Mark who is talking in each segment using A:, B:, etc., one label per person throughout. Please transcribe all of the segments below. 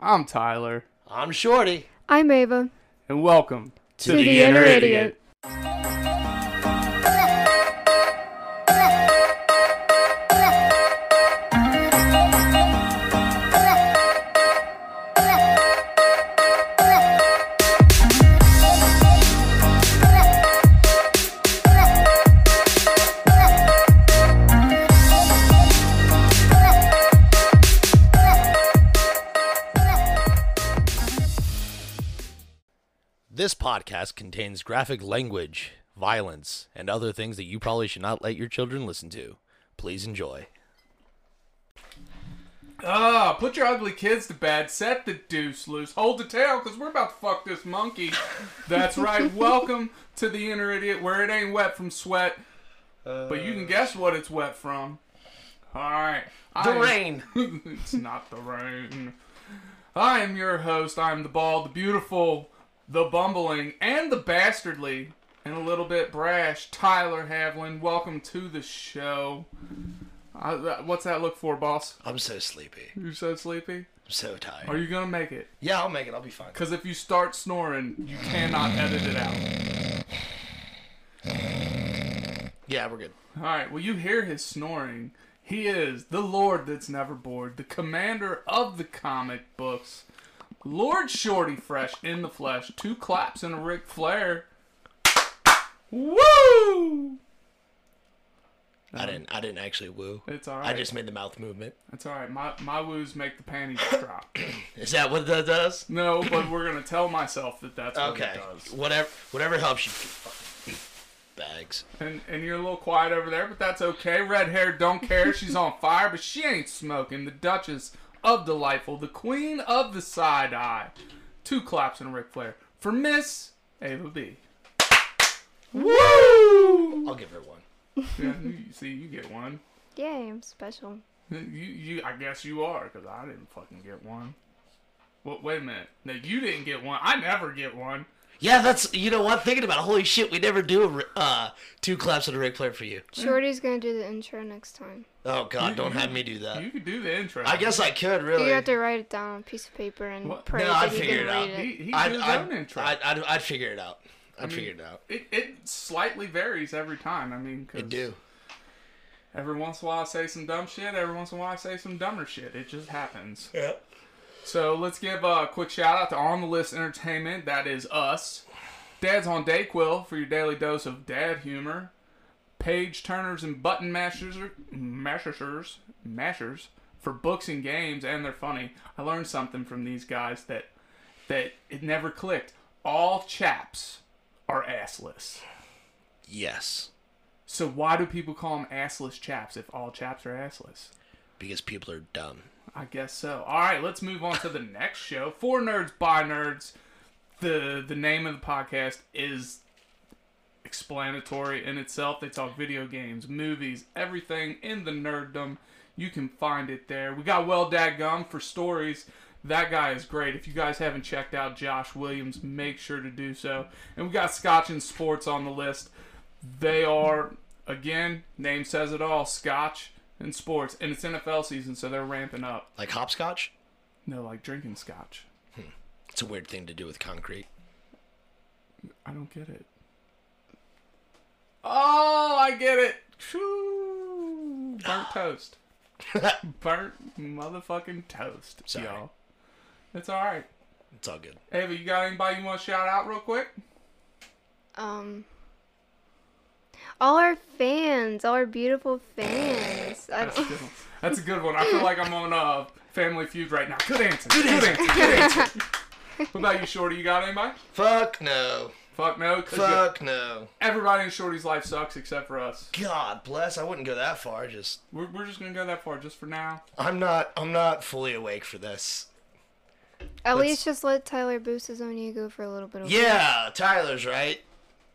A: I'm Tyler,
B: I'm Shorty.
C: I'm Ava.
A: and welcome
C: To the the Inner Inner Idiot. Idiot.
B: This podcast contains graphic language, violence, and other things that you probably should not let your children listen to. Please enjoy.
A: Ah, put your ugly kids to bed. Set the deuce loose. Hold the tail, because we're about to fuck this monkey. That's right. Welcome to the Inner Idiot, where it ain't wet from sweat, but you can guess what it's wet from. All right.
B: The
A: I-
B: rain.
A: it's not the rain. I am your host. I'm the bald, the beautiful, the bumbling, and the bastardly, and a little bit brash, Tyler Havlin. Welcome to the show. I, that- what's that look for, boss?
B: I'm so sleepy.
A: You're so sleepy.
B: I'm so
A: Are
B: tired.
A: you gonna make it?
B: Yeah, I'll make it. I'll be fine.
A: Because if you start snoring, you cannot edit it out.
B: Yeah, we're good.
A: All right. Well, you hear his snoring. He is the Lord that's never bored, the commander of the comic books, Lord Shorty Fresh in the flesh. Two claps and a Ric Flair. Woo!
B: I didn't. I didn't actually woo.
A: It's all
B: I
A: Uh-huh. right.
B: just made the mouth movement.
A: It's all right. My my woos make the panties drop.
B: Is that what that does?
A: No, but we're gonna tell myself that that's what
B: Okay.
A: it does.
B: Whatever. Whatever helps you. Bags.
A: And, and you're a little quiet over there, but that's okay. Red hair, don't care. She's on fire, but she ain't smoking. The Duchess of Delightful, the Queen of the Side Eye. Two claps and a Ric Flair for Miss Ava B. Woo!
B: I'll give her one.
A: Yeah, you, see, you get one.
C: Yay, I'm special.
A: You, you, I guess you are, because I didn't fucking get one. Well, wait a minute. No, you didn't get one. I never get one.
B: Yeah, that's you know what. Thinking about it, holy shit, we never do a ri- uh, two claps and a Ric Flair for you.
C: Shorty's gonna do the intro next time.
B: Oh God, don't
A: you-
B: have me do that.
A: You could do the intro.
B: I guess I could
C: You
B: really.
C: have to write it down on a piece of paper and
A: What?
C: pray
B: No,
C: that
B: I'd
C: you
B: figure
C: can
B: it out.
C: read it.
A: he, he
B: I'd,
A: did his
B: I'd,
A: own intro.
B: I'd, I'd, I'd figure it out. I'd figure it out.
A: It, it slightly varies every time. I mean, cause
B: I do.
A: Every once in a while, I say some dumb shit. Every once in a while, I say some dumber shit. It just happens.
B: Yeah.
A: So let's give uh, a quick shout out to On the List Entertainment. That is us. Dad's on Dayquil for your daily dose of dad humor. Page Turners and Button Mashers, Mashers, Mashers for books and games, and they're funny. I learned something from these guys that that it never clicked. All chaps are assless.
B: Yes,
A: So why do people call them assless chaps if all chaps are assless?
B: because people are dumb.
A: I guess so. All right, let's move on to the next show. For nerds by nerds. The the name of the podcast is explanatory in itself. They talk video games, movies, everything in the nerddom. You can find it there. We got well dadgum for stories. That guy is great. If you guys haven't checked out Josh Williams, make sure to do so. And we got Scotch and Sports on the list. They are, again, name says it all Scotch and Sports. And it's NFL season, so they're ramping up.
B: Like hopscotch.
A: No, like drinking Scotch.
B: It's a weird thing to do with concrete.
A: I don't get it. Oh, I get it. Phew. Burnt toast. Burnt motherfucking toast,
B: Sorry.
A: y'all. It's all right.
B: It's all good.
A: Ava, you got anybody you want to shout out real quick?
C: Um, all our fans, all our beautiful fans. I
A: That's a
C: don't,
A: good one. That's a good one. I feel like I'm on uh, Family Feud right now. Good answer. Good,
B: answer.
A: answer. Good answer. what about you, Shorty? You got anybody?
B: Fuck no.
A: Fuck no. 'cause
B: Fuck no.
A: Everybody in Shorty's life sucks except for us.
B: God bless. I wouldn't go that far. Just
A: We're, we're just gonna go that far just for now.
B: I'm not. I'm not fully awake for this.
C: at least just let Tyler boost his own ego for a little bit. of-
B: Yeah, Tyler's right.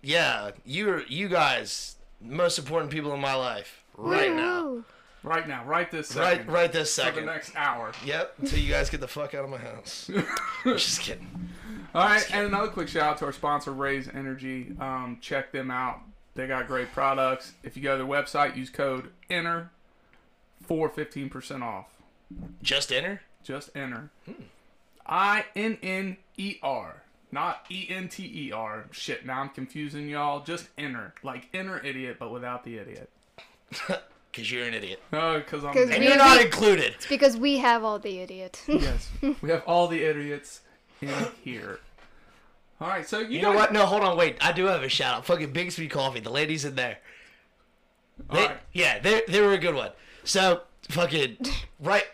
B: Yeah, you're you guys most important people in my life right now.
C: Woo!
A: Right now. Right this
B: Right,
A: second.
B: right this
A: For the
B: second.
A: next hour.
B: Yep. Until you guys get the fuck out of my house. I'm just kidding.
A: All right, and another quick shout out to our sponsor, Raise Energy. Um, check them out; they got great products. If you go to their website, use code Enter for fifteen percent off.
B: Just enter.
A: Just Enter. I N N E R, not E N T E R. Shit, now I'm confusing y'all. Just inner, like inner idiot, but without the idiot.
B: Because you're an idiot.
A: No, because I'm.
C: 'Cause
A: an
B: And
C: we-
A: idiot.
B: you're not included.
C: It's because we have all the idiots.
A: yes, we have all the idiots in here. All right, so you,
B: You know
A: guys-
B: what? No, hold on, wait. I do have a shout out. Fucking Big Sweet Coffee. The ladies in there. They,
A: Alright.
B: Yeah, they they were a good one. So fucking right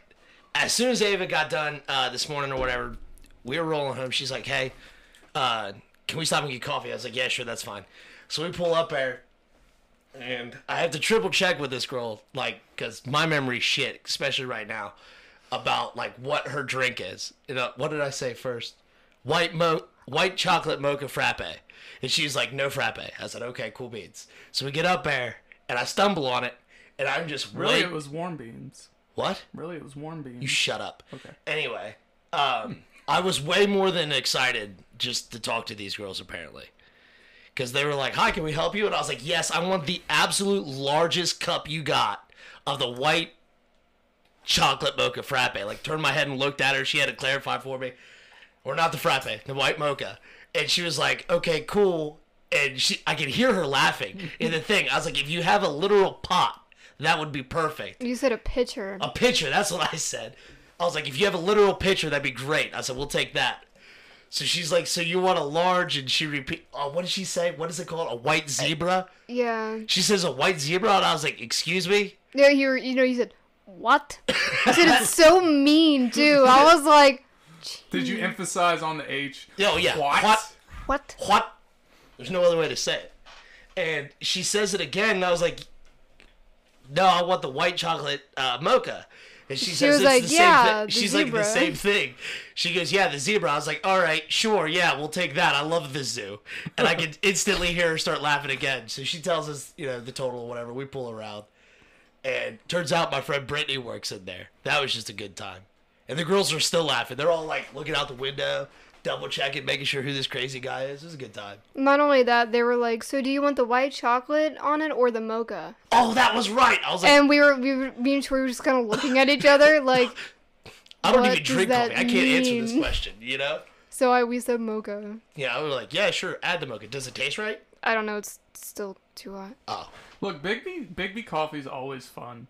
B: as soon as Ava got done uh, this morning or whatever, we were rolling home. She's like, "Hey, uh, can we stop and get coffee?" I was like, "Yeah, sure, that's fine." So we pull up there, and I have to triple check with this girl, like, because my memory's shit, especially right now, about like what her drink is. You know, what did I say first? White mo, white chocolate mocha frappe, and she's like, "No frappe." I said, "Okay, cool beans." So we get up there, and I stumble on it, and I'm just
A: really,
B: wait-
A: it was warm beans.
B: what?
A: Really, it was warm beans.
B: You shut up.
A: Mm-hmm. Okay.
B: Anyway, um, I was way more than excited just to talk to these girls, apparently. Because they were like, hi, can we help you? And I was like, yes, I want the absolute largest cup you got of the white chocolate mocha frappe. Like, turned my head and looked at her. She had to clarify for me. Or not the frappe, the white mocha. And she was like, okay, cool. And she, I could hear her laughing in the thing. I was like, if you have a literal pot, that would be perfect
C: you said a pitcher.
B: a pitcher. That's what I said. I was like, if you have a literal pitcher, that'd be great. I said, we'll take that. So she's like, so you want a large? And she repeat, uh, what did she say? What is it called? A white zebra?
C: Yeah.
B: She says a white zebra, and I was like, excuse me.
C: No, you were, you know, you said, what? I said, it's so mean, too. I was like,
A: Did
C: Hmm.
A: you emphasize on the H?
B: Oh yeah,
A: What?
B: What?
C: what?
B: What? There's no other way to say it. And she says it again, and I was like, no, I want the white chocolate uh, mocha. And she, says
C: was
B: it's
C: like,
B: the
C: "Yeah,
B: same
C: the
B: thing. She's like
C: zebra."
B: the same thing. She goes, yeah, the zebra. I was like, all right, sure, yeah, we'll take that. I love the zoo. And I can instantly hear her start laughing again. So she tells us, you know, the total, whatever. We pull around. And turns out my friend Brittany works in there. That was just a good time. And the girls are still laughing. They're all like looking out the window, double checking, making sure who this crazy guy is. It was a good time.
C: Not only that, they were like, so do you want the white chocolate on it or the mocha?
B: Oh, that was right. I was like,
C: And we were, we were, me and Troy were just kind of looking at each other, like,
B: I don't
C: what
B: even
C: does
B: drink
C: that
B: coffee. I can't answer this
C: mean?
B: question, you know?
C: so I, we said mocha.
B: Yeah, I was like, yeah, sure, add the mocha. Does it taste right?
C: I don't know, it's still too hot.
B: Oh.
A: Look, Bigby Bigby coffee's always fun.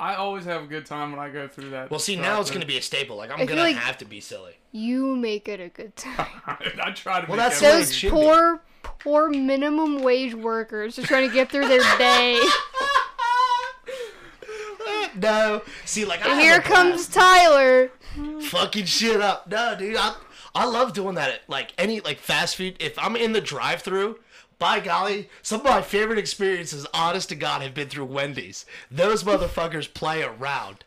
A: I always have a good time when I go through that.
B: Well, see, now it's going to be a staple. Like, I'm
C: I
B: going
C: feel
B: to
C: like-
B: have to be silly.
C: You make it a good time.
A: I try to.
B: Well,
A: make
B: that's
A: everything-
B: it
C: Those
B: should be.
C: poor, poor minimum wage workers just trying to get through their day.
B: no. See, like, I
C: And
B: have
C: here
B: a blast.
C: comes Tyler.
B: fucking shit up. No, dude, I I love doing that at like any like fast food. If I'm in the drive-through, by golly, some of my favorite experiences, honest to God, have been through Wendy's. Those motherfuckers play around.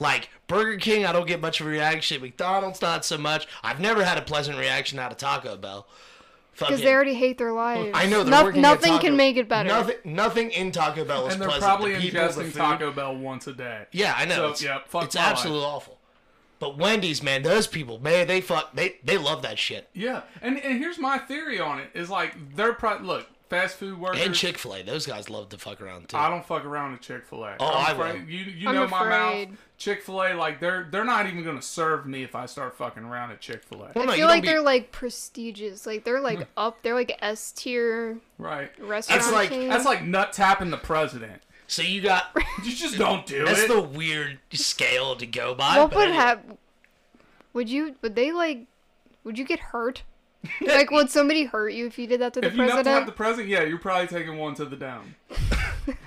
B: Like Burger King, I don't get much of a reaction. McDonald's, not so much. I've never had a pleasant reaction out of Taco Bell.
C: Because
B: Fucking-
C: they already hate their lives.
B: I know they're
C: Noth-
B: working at
C: Nothing
B: Taco-
C: can make it better.
B: Nothing, nothing in Taco Bell is
A: and they're
B: pleasant.
A: probably
B: the people, the
A: ingesting
B: food.
A: Taco Bell once a day.
B: Yeah, I know.
A: So,
B: it's
A: yeah, fuck
B: it's
A: my life.
B: absolutely awful. But Wendy's, man, those people, man, they fuck, they they love that shit.
A: Yeah, and and here's my theory on it is like they're probably look fast food workers.
B: And Chick Fil A, those guys love to fuck around too.
A: I don't fuck around with Chick Fil A.
B: Oh, I will.
A: You you
C: I'm
A: know my mouth.
C: afraid.
A: Chick Fil A, like they're they're not even gonna serve me if I start fucking around at Chick Fil A.
B: Well, no,
C: I
B: you
C: feel like
B: don't be- Mm.
C: they're like prestigious. Like they're like up. They're like S tier
A: Right.
C: restaurant.
B: like-
C: chain.
A: That's like nut tapping the president.
B: So you got
A: You just don't do
B: that's
A: it.
B: the weird scale to go by.
C: what
B: but
C: would
B: anyway.
C: happen? Would you? Would they like? Would you get hurt? like would somebody hurt you if you did that to the
A: if you nut tap
C: president?
A: the president, yeah, you're probably taking one to the dome.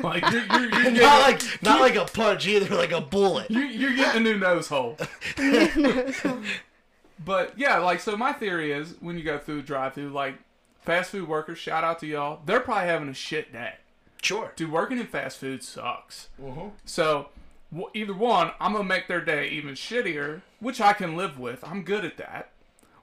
A: like you're you're, you're, getting,
B: Not like not like a punch either, like a bullet.
A: you're, you're getting a new nose hole. But yeah, like so my theory is when you go through the drive through, like fast food workers, shout out to y'all, they're probably having a shit day.
B: Sure.
A: Dude, working in fast food sucks.
B: Mhm.
A: So w- either one, I'm gonna make their day even shittier, which I can live with. I'm good at that.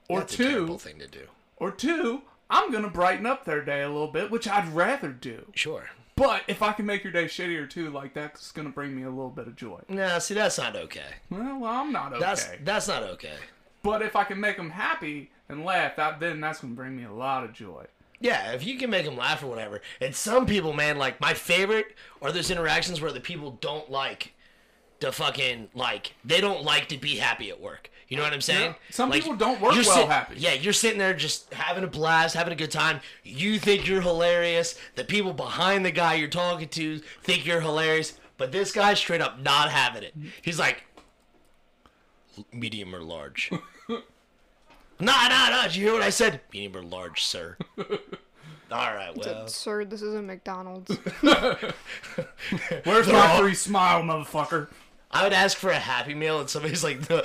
A: Or
B: That's a
A: two,
B: terrible thing to do.
A: or two, I'm gonna brighten up their day a little bit, which I'd rather do.
B: Sure.
A: But if I can make your day shittier too, like that's gonna bring me a little bit of joy.
B: No, see, that's not okay.
A: Well, I'm not okay.
B: That's that's not okay.
A: But if I can make them happy and laugh, that, then that's gonna bring me a lot of joy.
B: Yeah, if you can make them laugh or whatever. And some people, man, like my favorite are those interactions where the people don't like to fucking like they don't like to be happy at work. You know what I'm saying?
A: Yeah. Some
B: Like,
A: people don't work
B: you're
A: well
B: sit-
A: happy.
B: Yeah, you're sitting there just having a blast, having a good time. You think you're hilarious. The people behind the guy you're talking to think you're hilarious, but this guy's straight up not having it. He's like medium or large. nah, nah, nah. Did you hear what I said? Medium or large, sir. All right, well.
C: Sir, this is a McDonald's.
A: Where's
B: all-
A: my free smile, motherfucker?
B: I would ask for a Happy Meal, and somebody's like, "No."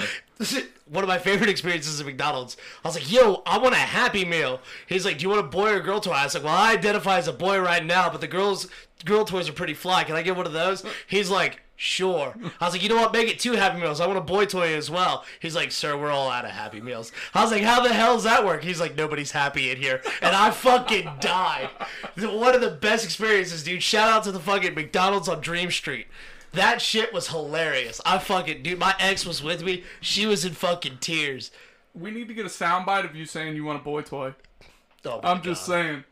B: one of my favorite experiences at McDonald's. I was like, yo, I want a Happy Meal. He's like, do you want a boy or a girl toy? I was like, well, I identify as a boy right now, but the girls, girl toys are pretty fly. Can I get one of those? He's like, sure. I was like, you know what? Make it two Happy Meals. I want a boy toy as well. He's like, sir, we're all out of Happy Meals. I was like, how the hell does that work? He's like, nobody's happy in here. And I fucking died. One of the best experiences, dude. Shout out to the fucking McDonald's on Dream Street. That shit was hilarious. I fucking dude, my ex was with me. She was in fucking tears.
A: We need to get a soundbite of you saying you want a boy toy.
B: Oh my
A: I'm just
B: God.
A: saying.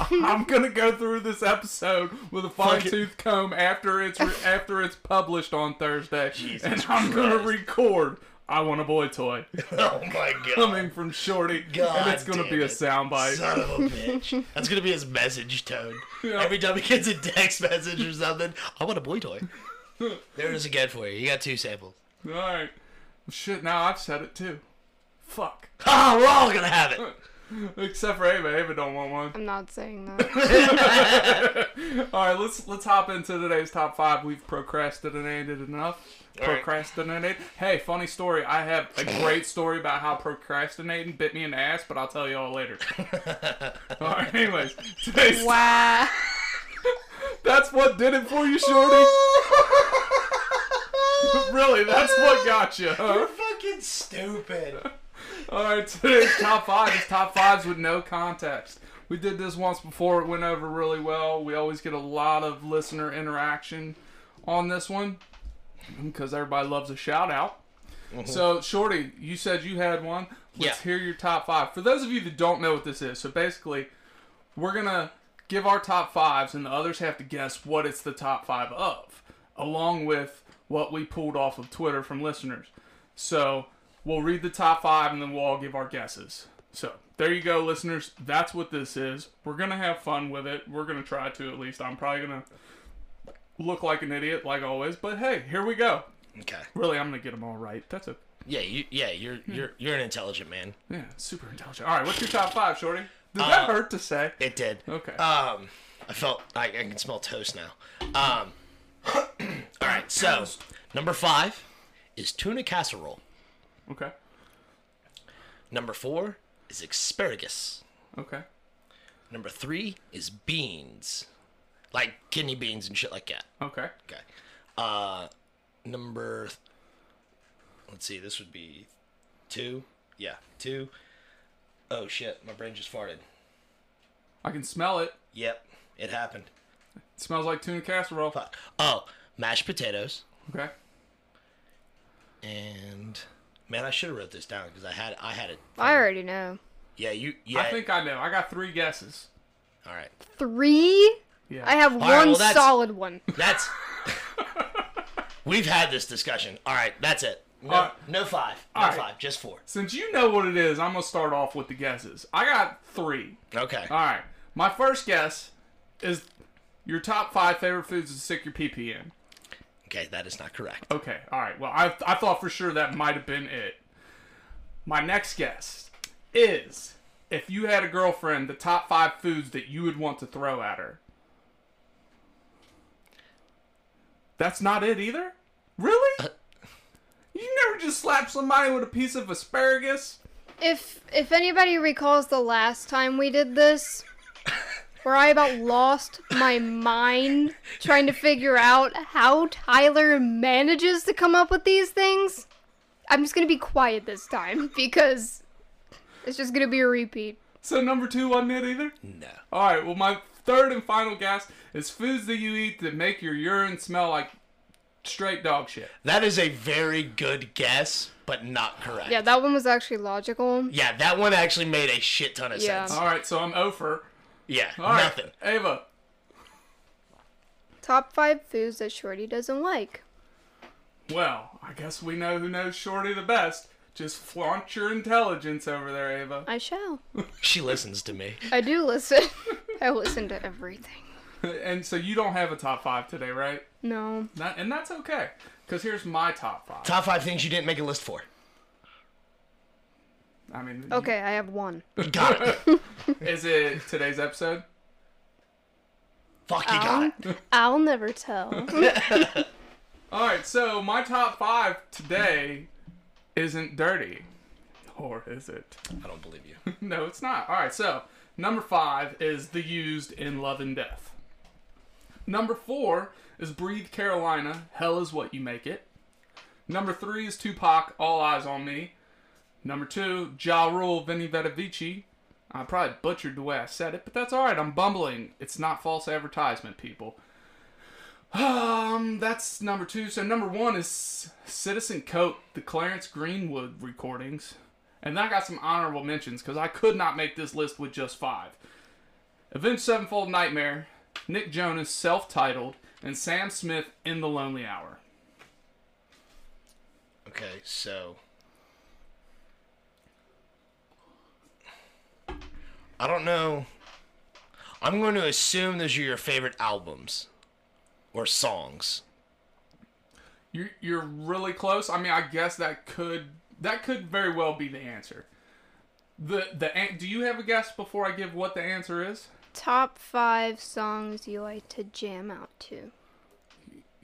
A: I'm gonna go through this episode with a fine
B: Fuck it.
A: tooth comb after it's re- after it's published on Thursday,
B: Jesus
A: and I'm gonna
B: Christ.
A: record. I want a boy toy
B: Oh my god.
A: coming from Shorty,
B: God
A: and it's gonna
B: damn
A: be a
B: it.
A: soundbite.
B: Son of a bitch. That's gonna be his message tone.
A: Yeah.
B: Every time he gets a text message or something, I want a boy toy. there it is again for you. You got two samples.
A: All right, shit. Now I've said it too. Fuck.
B: Ah, we're all gonna have it.
A: Except for Ava. Ava don't want one.
C: I'm not saying that.
A: All right, let's let's hop into today's top five. We've procrastinated enough.
B: All right.
A: Procrastinate. Hey, funny story. I have a great story about how procrastinating bit me in the ass, but I'll tell you all later. all right. Anyways, today's
C: wow.
A: that's what did it for you, Shorty. really, that's what got you. Huh?
B: fucking stupid.
A: All right, today's top five is top fives with no context. We did this once before; it went over really well. We always get a lot of listener interaction on this one because everybody loves a shout out. So, Shorty, you said you had one. Let's
B: Yeah.
A: hear your top five. For those of you that don't know what this is, so basically, we're gonna give our top fives, and the others have to guess what it's the top five of, along with what we pulled off of Twitter from listeners. So we'll read the top five, and then we'll all give our guesses. So there you go, listeners. That's what this is. We're gonna have fun with it. We're gonna try to at least. I'm probably gonna look like an idiot, like always. But hey, here we go.
B: Okay.
A: Really, I'm gonna get them all right. That's a
B: Yeah, you yeah, you're you're you're an intelligent man.
A: yeah, super intelligent. All right, what's your top five, Shorty? Does that hurt to say?
B: Uh, It did.
A: Okay.
B: Um, I felt I, I can smell toast now. Um, all right, so number five is tuna casserole.
A: Okay.
B: Number four is asparagus.
A: Okay.
B: Number three is beans, like kidney beans and shit like that.
A: Okay.
B: Okay. Uh, number. th- Let's see. This would be two. Yeah, two. Oh shit! My brain just farted.
A: I can smell it.
B: Yep, it happened.
A: It smells like tuna casserole.
B: Fuck. Oh, mashed potatoes.
A: Okay.
B: and man, I should have wrote this down because I had I had it.
C: I already know.
B: Yeah, you. Yeah.
A: I think I know. I got three guesses.
B: All right.
C: Three?
A: Yeah.
C: I have
B: right,
C: one
B: well, that's-
C: solid one.
B: That's. We've had this discussion. All right, that's it. No,
A: All right.
B: no five. No
A: All right.
B: five. Just four.
A: Since you know what it is, I'm gonna start off with the guesses. I got three.
B: Okay.
A: All right. My first guess is your top five favorite foods to stick your PP in.
B: Okay, that is not correct.
A: Okay. All right. Well, I I thought for sure that might have been it. My next guess is if you had a girlfriend, the top five foods that you would want to throw at her. That's not it either? Really? You never just slap somebody with a piece of asparagus?
C: If if anybody recalls the last time we did this, where I about lost my mind trying to figure out how Tyler manages to come up with these things, I'm just gonna be quiet this time because it's just gonna be a repeat.
A: So number two wasn't it either?
B: No.
A: All right. Well, my third and final guess is foods that you eat that make your urine smell like straight dog shit.
B: That is a very good guess, but not correct.
C: Yeah, that one was actually logical.
B: Yeah, that one actually made a shit ton of
C: Yeah.
B: sense.
A: All right. So I'm over.
B: Yeah,
A: All right,
B: nothing.
A: Ava,
C: Top five foods that Shorty doesn't like.
A: Well, I guess we know who knows Shorty the best. Just flaunt your intelligence over there, Ava.
C: I shall.
B: She listens to me.
C: I do listen. I listen to everything.
A: and so you don't have a top five today, right?
C: No.
A: That, and that's okay. Because here's my top five.
B: Top five things you didn't make a list for.
A: I mean,
C: Okay, I have one.
B: Got it.
A: is it today's episode?
B: Fuck, you got
C: Um,
B: it.
C: I'll never tell.
A: All right, so my top five today isn't dirty. Or is it?
B: I don't believe you.
A: No, it's not. All right, so number five is The Used in Love and Death. Number four is Breathe Carolina, Hell is What You Make It. Number three is Tupac, All Eyes on Me. Number two, Ja Rule, Vinny Vedovici. I probably butchered the way I said it, but that's all right. I'm bumbling. It's not false advertisement, people. Um, that's number two. So number one is Citizen Cope, the Clarence Greenwood recordings. And then I got some honorable mentions because I could not make this list with just five. Avenged Sevenfold Nightmare, Nick Jonas self titled, and Sam Smith in the Lonely Hour.
B: Okay, so. I don't know. I'm going to assume those are your favorite albums or songs.
A: You're, you're really close. I mean, I guess that could that could very well be the answer. The the an- do you have a guess before I give what the answer is?
C: Top five songs you like to jam out to.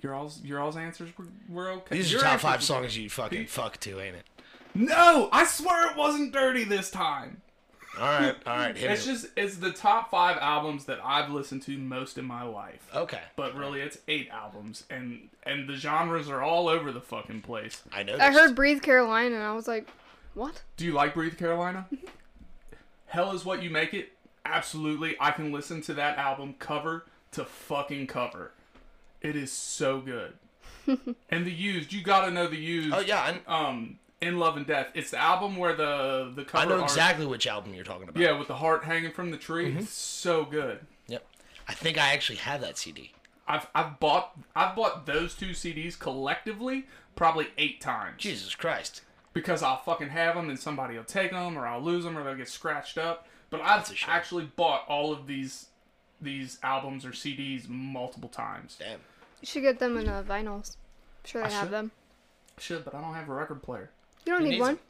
A: Your all's your all's answers were, were okay.
B: These
A: Your
B: are top
A: answers
B: five
A: were-
B: songs you fucking fuck to, ain't it?
A: No, I swear it wasn't dirty this time.
B: All right, all right. Hit
A: It's
B: me.
A: just it's the top five albums that I've listened to most in my life.
B: okay.
A: But really, it's eight albums, and and the genres are all over the fucking place.
B: I know.
C: I heard Breathe Carolina and I was like, what?
A: Do you like Breathe Carolina? Hell is what you make it. Absolutely, I can listen to that album cover to fucking cover. It is so good. and the used, you gotta know the used.
B: Oh yeah, I,
A: Um, in love and death. It's the album where the the
B: I
A: cover.
B: know
A: art-
B: exactly Mm-hmm. which album you're talking about.
A: Yeah, with the heart hanging from the tree. It's so good.
B: Yep. I think I actually have that CD.
A: I've I've bought I've bought those two CDs collectively probably eight times
B: Jesus Christ.
A: because I'll fucking have them and somebody will take them or I'll lose them or they'll get scratched up. But I've
B: a shame.
A: actually bought all of these these albums or CDs multiple times.
B: Damn.
C: You should get them in uh, vinyls. I'm sure they
B: I
C: have
B: should.
C: them.
A: Should, but I don't have a record player.
C: You don't
B: Who
C: need
B: needs
C: one.
B: them?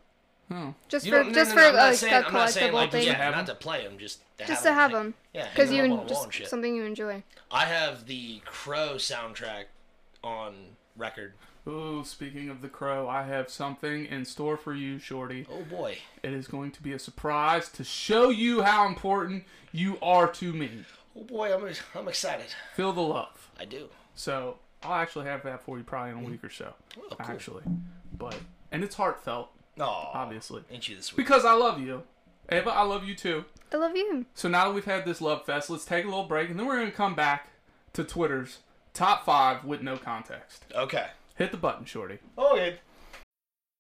A: Oh.
C: Just
B: You
C: for
B: don't,
C: just
B: no, no, no,
C: for
B: I'm not
C: like
B: saying,
C: a
B: I'm not saying
C: collectible
B: like
C: thing.
B: just,
A: Yeah.
B: not to play them, just to
C: Just to
B: have
C: have
B: them.
C: them.
B: Yeah, hang
C: Because
B: them
C: you
B: up on the wall
C: just
B: and shit.
C: something you enjoy.
B: I have the Crow soundtrack on record.
A: Ooh, speaking of the crow, I have something in store for you, Shorty.
B: Oh boy.
A: It is going to be a surprise to show you how important you are to me.
B: Oh boy, I'm I'm excited.
A: Feel the love.
B: I do.
A: So I'll actually have that for you probably in a week or so.
B: cool.
A: Actually. But and it's heartfelt,
B: Oh,
A: obviously.
B: Ain't you this week?
A: Because I love you. Ava, I love you too.
C: I love you.
A: So now that we've had this love fest, let's take a little break and then we're gonna come back to Twitter's top five with no context.
B: Okay.
A: Hit the button, Shorty.
B: Okay.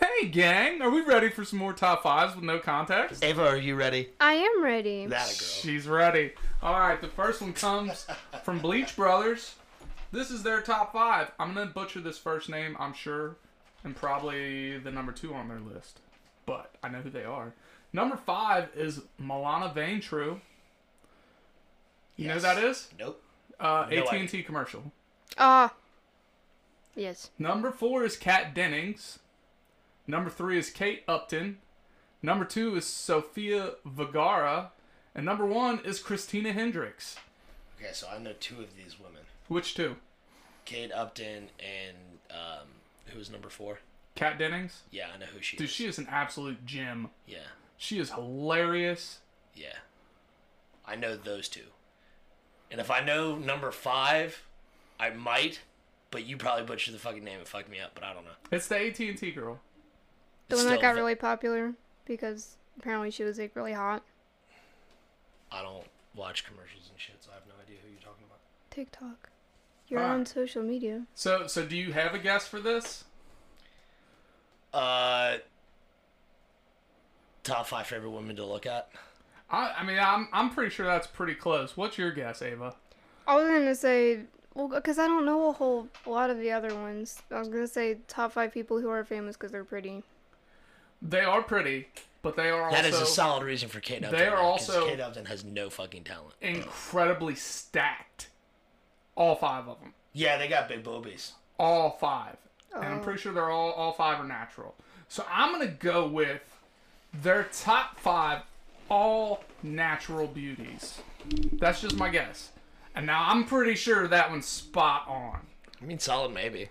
A: Hey gang, are we ready for some more top fives with no context?
B: Ava, are you ready?
C: I am ready.
B: That a
A: She's ready. Alright, the first one comes from Bleach Brothers. This is their top five. I'm gonna butcher this first name, I'm sure, and probably the number two on their list. But I know who they are. Number five is Milana Vaintrue. You know who
B: Yes.
A: that is?
B: girl. Nope.
A: Uh,
B: No
A: AT&T commercial.
C: Ah. yes.
A: Number four is Kat Dennings. Number three is Kate Upton. Number two is Sophia Vergara. And number one is Christina Hendricks.
B: Okay, so I know two of these women:
A: Which two?
B: Kate Upton and um, who was number four?
A: Kat Dennings?
B: Yeah, I know who she
A: Dude,
B: is.
A: she is an absolute gem.
B: Yeah.
A: She is hilarious.
B: Yeah. I know those two. And if I know number five, I might, but you probably butchered the fucking name and fucked me up, but I don't know.
A: It's the AT and T girl.
C: The one that
B: Still,
C: got really popular because apparently she was like really hot.
B: I don't watch commercials and shit, so I have no idea who you're talking about.
C: TikTok. You're
A: Ah.
C: on social media.
A: So, so do you have a guess for this?
B: Uh, top five favorite women to look at.
A: I, I mean, I'm, I'm pretty sure that's pretty close. What's your guess, Ava?
C: I was gonna say, well, because I don't know a whole lot of the other ones. I was gonna say top five people who are famous because they're pretty.
A: They are pretty, but they are
B: That is
A: also
B: a solid reason for Kate Upton.
A: they are
B: 'cause
A: also-
B: Kate Upton has no fucking talent.
A: incredibly stacked. All five of them.
B: Yeah, they got big boobies.
A: All five. And I'm pretty sure they're all all five are natural. So I'm gonna go with their top five all natural beauties. That's just my guess. And now I'm pretty sure that one's spot on.
B: I mean, solid maybe.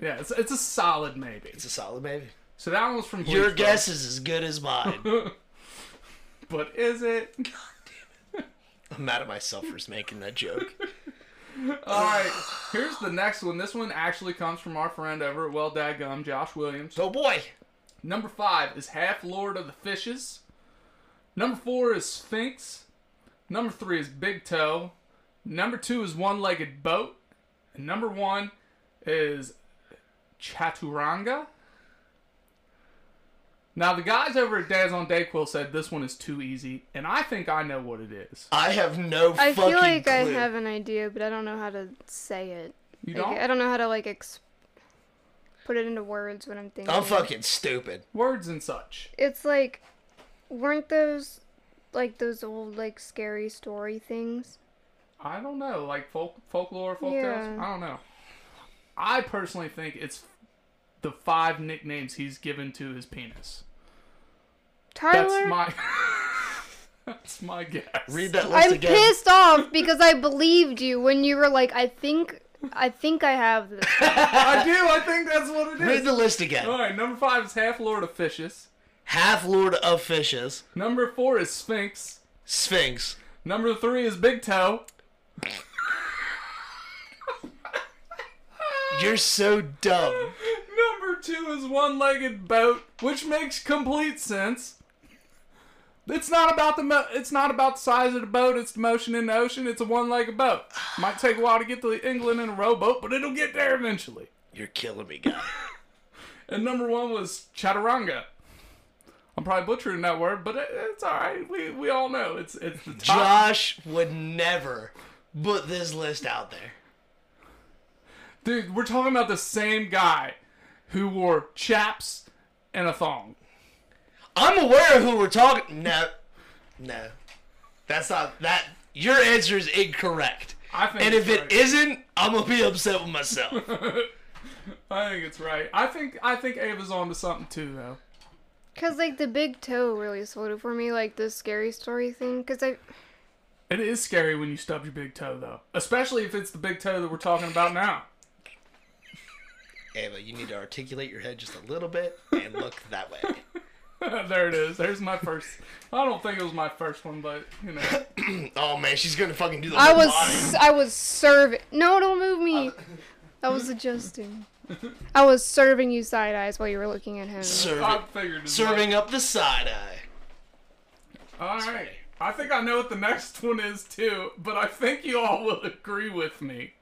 A: Yeah, it's, it's a solid maybe.
B: It's a solid maybe.
A: So that one's from
B: Your
A: Gleeful.
B: guess is as good as mine.
A: but is it?
B: I'm mad at myself for making that joke.
A: All right, here's the next one. This one actually comes from our friend over at Well Dadgum, Josh Williams.
B: Oh boy.
A: Number five is Half Lord of the Fishes. Number four is Sphinx. Number three is Big Toe. Number two is One Legged Boat. And number one is Chaturanga. Now, the guys over at Dads on Dayquil said this one is too easy, and I think I know what it is.
B: I have no
C: I
B: fucking
C: feel like I
B: clue.
C: have an idea, but I don't know how to say it.
A: You
C: Like,
A: don't?
C: I don't know how to like ex- put it into words when I'm thinking.
B: I'm fucking stupid.
A: Words and such.
C: It's like, weren't those like those old like scary story things?
A: I don't know, like folk folklore, folk tales.
C: Yeah.
A: I don't know. I personally think it's the five nicknames he's given to his penis.
C: Tyler,
A: That's my that's my guess.
B: Read that list
C: I'm
B: again.
C: pissed off because I believed you when you were like, I think, I think I have this.
A: I do. I think that's what it
B: Read
A: is.
B: the list
A: All
B: again.
A: right, number five is half lord of fishes.
B: Half Lord of Fishes,
A: Number four is sphinx.
B: Sphinx.
A: Number three is big toe.
B: You're so dumb.
A: Number two is one legged boat, which makes complete sense. It's not about the mo- it's not about the size of the boat. It's the motion in the ocean. It's a one legged boat. Might take a while to get to England in a rowboat, but it'll get there eventually.
B: You're killing me, guy.
A: And number one was chaturanga. I'm probably butchering that word, but it, it's all right. We we all know it's it's the top.
B: Josh would never put this list out there.
A: Dude, we're talking about the same guy who wore chaps and a thong.
B: I'm aware of who we're talking. No, no, that's not that. Your answer is incorrect.
A: I think
B: And if
A: it's
B: it
A: right.
B: not I'm gonna be upset with myself.
A: I think it's right. I think I think Ava's onto something too, though.
C: Cause like the big toe really sold it for me, like the scary story thing. Cause I,
A: It is scary when you stub your big toe, though. Especially if it's the big toe that we're talking about now.
B: Ava, you need to articulate your head just a little bit and look that way.
A: there it is. There's my first. I don't think it was my first one, but you know.
B: Oh man, she's gonna fucking do the
C: I
B: whole
C: was,
B: body.
C: I was serving. No, don't move me. I was adjusting. I was serving you side eyes while you were looking at him.
B: Serve-
A: I figured. as
B: serving up the side eye.
A: much. All right. I think I know what the next one is too, but I think you all will agree with me.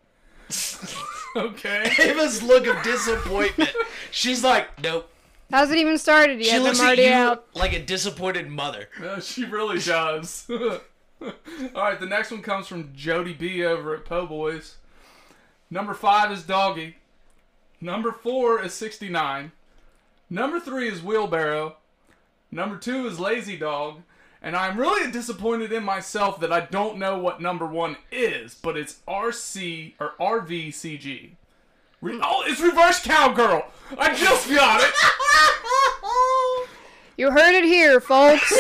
A: Okay.
B: Ava's look of disappointment. She's like, nope.
C: Hasn't even started
B: She
C: yet. and
B: looks
C: I'm
B: at
C: already
B: you
C: out.
B: like a disappointed mother.
A: Uh, she really does. All right, the next one comes from Jody B over at Po Boys. Number five is Doggy. Number four is 69. Number three is Wheelbarrow. Number two is Lazy Dog. And I'm really disappointed in myself that I don't know what number one is, but it's RC or RVCG. Re- oh, it's Reverse Cowgirl! I just got it!
C: You heard it here, folks.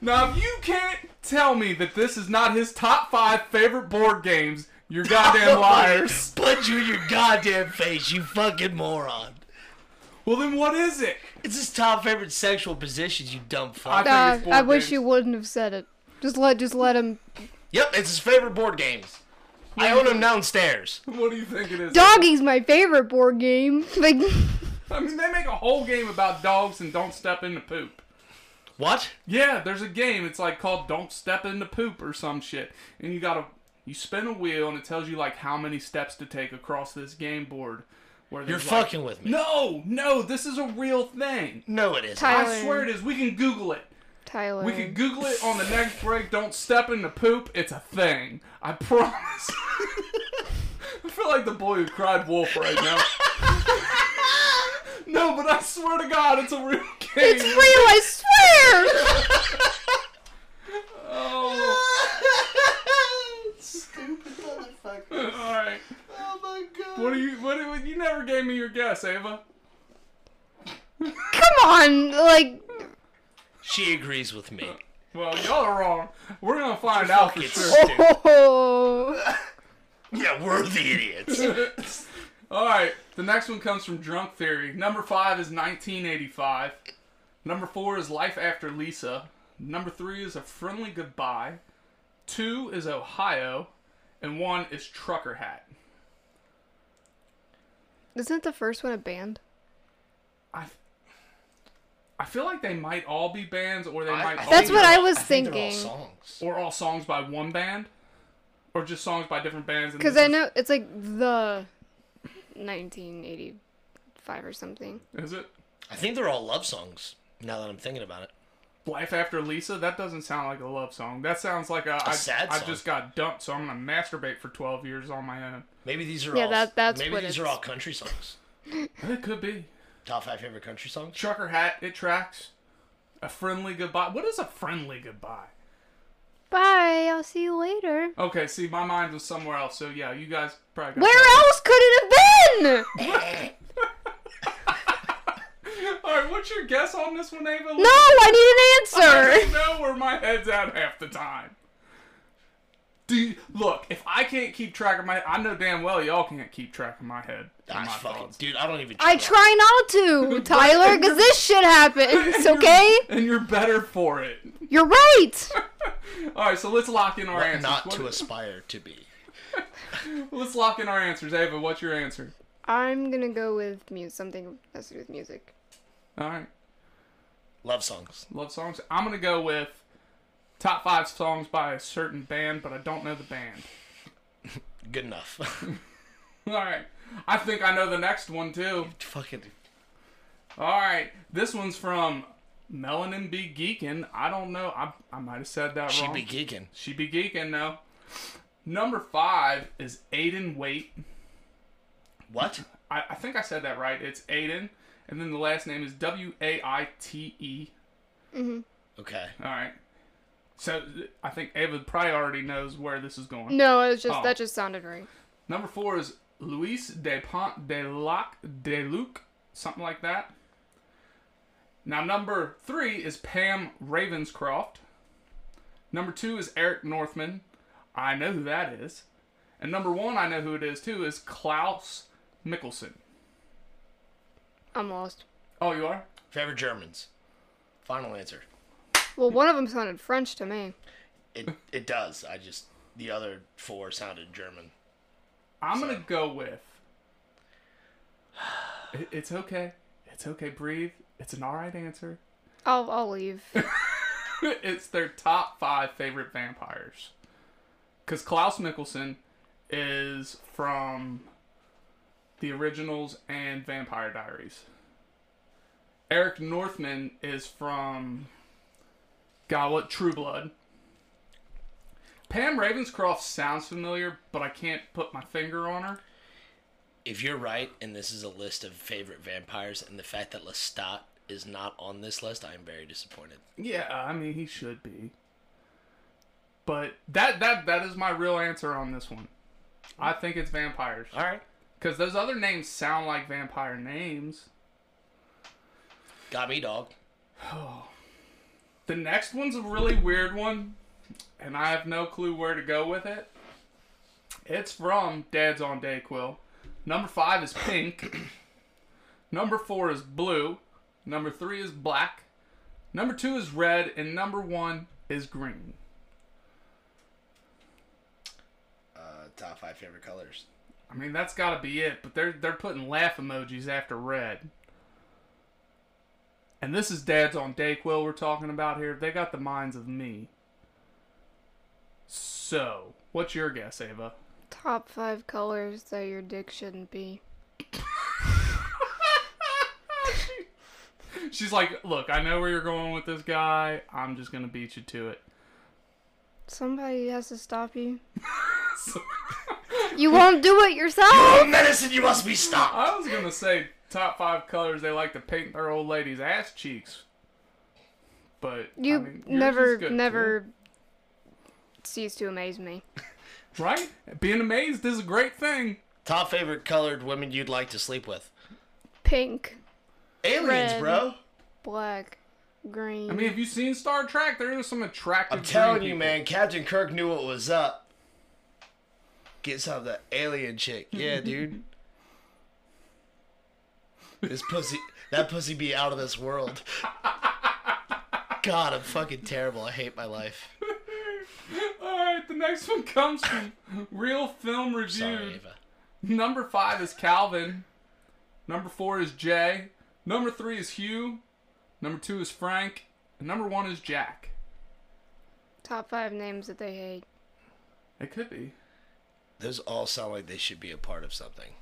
A: Now, if you can't tell me that this is not his top five favorite board games, you're goddamn liars.
B: Punch you in your goddamn face, you fucking moron.
A: Well, then what is it?
B: It's his top favorite sexual positions, you dumb fuck.
A: I think
C: Uh,
A: it's board
C: I wish
A: games.
C: you wouldn't have said it. Just let just let him.
B: yep, it's his favorite board games. I own them downstairs.
A: What do you think it is?
C: Doggy's my favorite board game. Like,
A: I mean, they make a whole game about dogs and don't step in the poop.
B: What?
A: Yeah, there's a game. It's like called "Don't Step in the Poop" or some shit, and you gotta you spin a wheel and it tells you like how many steps to take across this game board. Where
B: You're
A: there's, like-
B: fucking with me.
A: No, no, this is a real thing.
B: No, it isn't.
C: Tyler,
A: I swear it is. We can Google it.
C: Tyler.
A: We can Google it on the next break. Don't step in the poop. It's a thing. I promise. I feel like the boy who cried wolf right now. no, but I swear to God, it's a real game.
C: It's real, I swear.
A: Oh.
B: Stupid motherfucker.
A: All right.
B: Oh my god.
A: What do you? What do you? You never gave me your guess, Ava.
C: Come on, like
B: She agrees with me.
A: Well, y'all are wrong. We're gonna find out for
B: fucking
A: sure. Oh.
B: stupid.
C: oh,
B: Yeah, we're the idiots.
A: All right. The next one comes from Drunk Theory. Number five is 1985. Number four is Life After Lisa. Number three is A Friendly Goodbye. Two is Ohio, and one is Trucker Hat.
C: isn't the first one a band?
A: I. I feel like they might all be bands, or they might. all
C: That's
A: be-
C: what I was
B: think they're all
C: thinking.
B: songs.
A: Or all songs by one band, or just songs by different bands. and
C: Because
A: this
C: I
A: is-
C: know it's like the 1985 or something.
A: Is it
B: I think they're all love songs. Now that I'm thinking about it.
A: Life After Lisa? That doesn't sound like a love song. That sounds like a, I
B: sad
A: I
B: song.
A: just got dumped, so I'm gonna masturbate for 12 years on my own.
B: Maybe these are
C: Yeah,
B: all.
C: that- that's
B: maybe
C: what
B: these are
C: it's-
B: all country songs.
A: It could be.
B: Top five favorite country songs.
A: Trucker hat, it tracks. A friendly goodbye. What is a friendly goodbye?
C: Bye, I'll see you later.
A: Okay, see, my mind was somewhere else, so yeah, you guys probably got
C: Where else could it have been?
A: Alright, what's your guess on this one, Ava?
C: No, I need an
A: I don't
C: answer.
A: know where my head's at half the time. Do you, look, if I can't keep track of my I know damn well y'all can't keep track of my head. and
B: Ah,
A: my
B: fucking-
A: thoughts.
B: dude, I don't even.
C: I try not to, Tyler, because this shit happens,
A: And
C: okay?
A: you're- And you're better for it.
C: You're right.
A: Alright, so let's lock in our answers.
B: not
A: What-
B: to aspire to be.
A: Let's lock in our answers, Ava. What's your answer?
C: I'm gonna go with mu- something that's to do with music.
A: Alright.
B: Love songs.
A: love songs. I'm gonna go with top five songs by a certain band, but I don't know the band.
B: Good enough.
A: All right, I think I know the next one too.
B: Fucking.
A: All right, this one's from Melanin Be Geekin. I don't know. I I might have said that
B: She
A: wrong.
B: be geeking.
A: she be geekin though. Number five is Aiden Wait.
B: What?
A: I, I think I said that right. It's Aiden, and then the last name is W A I T E.
B: Okay.
A: All right. So I think Ava probably already knows where this is going.
C: No, it was just
A: Oh.
C: that just sounded right.
A: Number four is Luis de Pont de Lac de Luc, something like that. Now, number three is Pam Ravenscroft. Number two is Eric Northman. I know who that is. And number one, I know who it is too, is Klaus Mickelson.
C: I'm lost.
A: Oh, you are?
B: Favorite Germans. Final answer.
C: Well, one of them sounded French to me.
B: It it does. I just the other four sounded German.
A: I'm going to go with. It- It's okay. It's okay. Breathe. It's an alright answer.
C: I'll I'll leave.
A: it's their top five favorite vampires. Because Klaus Mickelson is from the originals and Vampire Diaries. Eric Northman is from God, what True Blood. Pam Ravenscroft sounds familiar, but I can't put my finger on her.
B: If you're right, and this is a list of favorite vampires, and the fact that Lestat is not on this list, I am very disappointed.
A: Yeah, I mean he should be. But that that that is my real answer on this one. I think it's vampires.
B: All right.
A: Because those other names sound like vampire names.
B: Got me, dog.
A: The next one's a really weird one, and I have no clue where to go with it. It's from Dad's on Dayquil. Number five is Pink. Number four is blue. Number three is black. Number two is red, and number one is green.
B: Uh, top five favorite colors.
A: I mean, that's got to be it. But they're they're putting laugh emojis after red. And this is Dad's on Dayquil we're talking about here. They got the minds of me. So, what's your guess, Ava?
C: Top five colors that your dick shouldn't be.
A: She's like, look, I know where you're going with this guy. I'm just gonna beat you to it.
C: Somebody has to stop you. you won't do it
B: Oh,
C: yourself.
B: medicine, you must be stopped.
A: I was gonna say top five colors they like to paint their old ladies' ass cheeks, but
C: You
A: I mean, yours is
C: never,
A: good,
C: never cease to amaze me.
A: too. right. Being amazed is a great thing.
B: Top favorite colored women you'd like to sleep with.
C: Pink,
B: Aliens,
C: Red.
B: bro.
C: black, green.
A: I mean, have you seen Star Trek? There are some attractive.
B: I'm telling
A: green
B: you,
A: people.
B: man, Captain Kirk knew what was up. Get some of that alien chick. Yeah, dude. this pussy, that pussy be out of this world. God, I'm fucking terrible. I hate my life.
A: All right, the next one comes from Real Film Review.
B: Sorry, Ava.
A: Number five is Calvin. Number four is Jay. Number three is Hugh. Number two is Frank. And number one is Jack.
C: Top five names that they hate.
A: It could be.
B: Those all sound like they should be a part of something.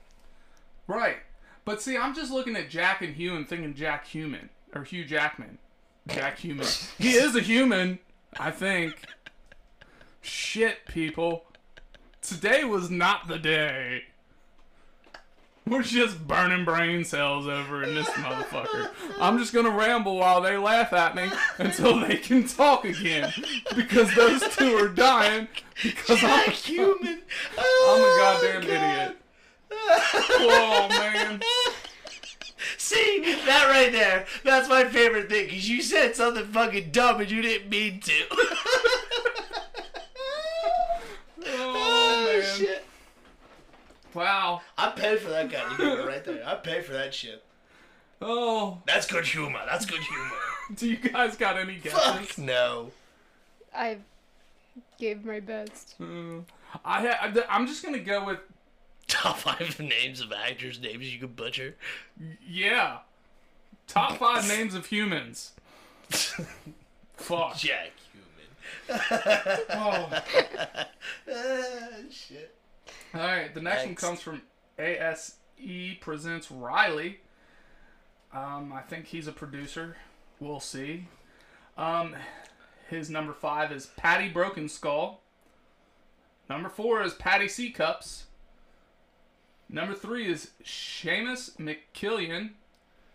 A: Right. But see, I'm just looking at Jack and Hugh and thinking Jack Human. Or Hugh Jackman. Jack Human. he is a human, I think. Shit, people. Today was not the day. We're just burning brain cells over in this motherfucker. I'm just gonna ramble while they laugh at me until they can talk again. Because those two are dying. Because I'm,
B: human.
A: I'm a goddamn idiot. Oh man.
B: See that right there? That's my favorite thing. Cause you said something fucking dumb and you didn't mean to.
A: Oh, man.
B: shit.
A: Wow.
B: I paid for that guy. You did it right there. I paid for that shit.
A: Oh,
B: That's good humor. That's good humor.
A: do you guys got any guesses?
B: Fuck no.
C: I gave my best.
A: Uh, I ha- I'm just gonna go with
B: Top five names of actors' names you could butcher.
A: yeah. Top five names of humans. Fuck.
B: Jack Human.
A: Oh.
B: Ah, shit.
A: All right, the next
B: Thanks.
A: one comes from ASE Presents Riley. Um, I think he's a producer. We'll see. Um, his number five is Patty Broken Skull. Number four is Patty C Cups. Number three is Seamus McKillian.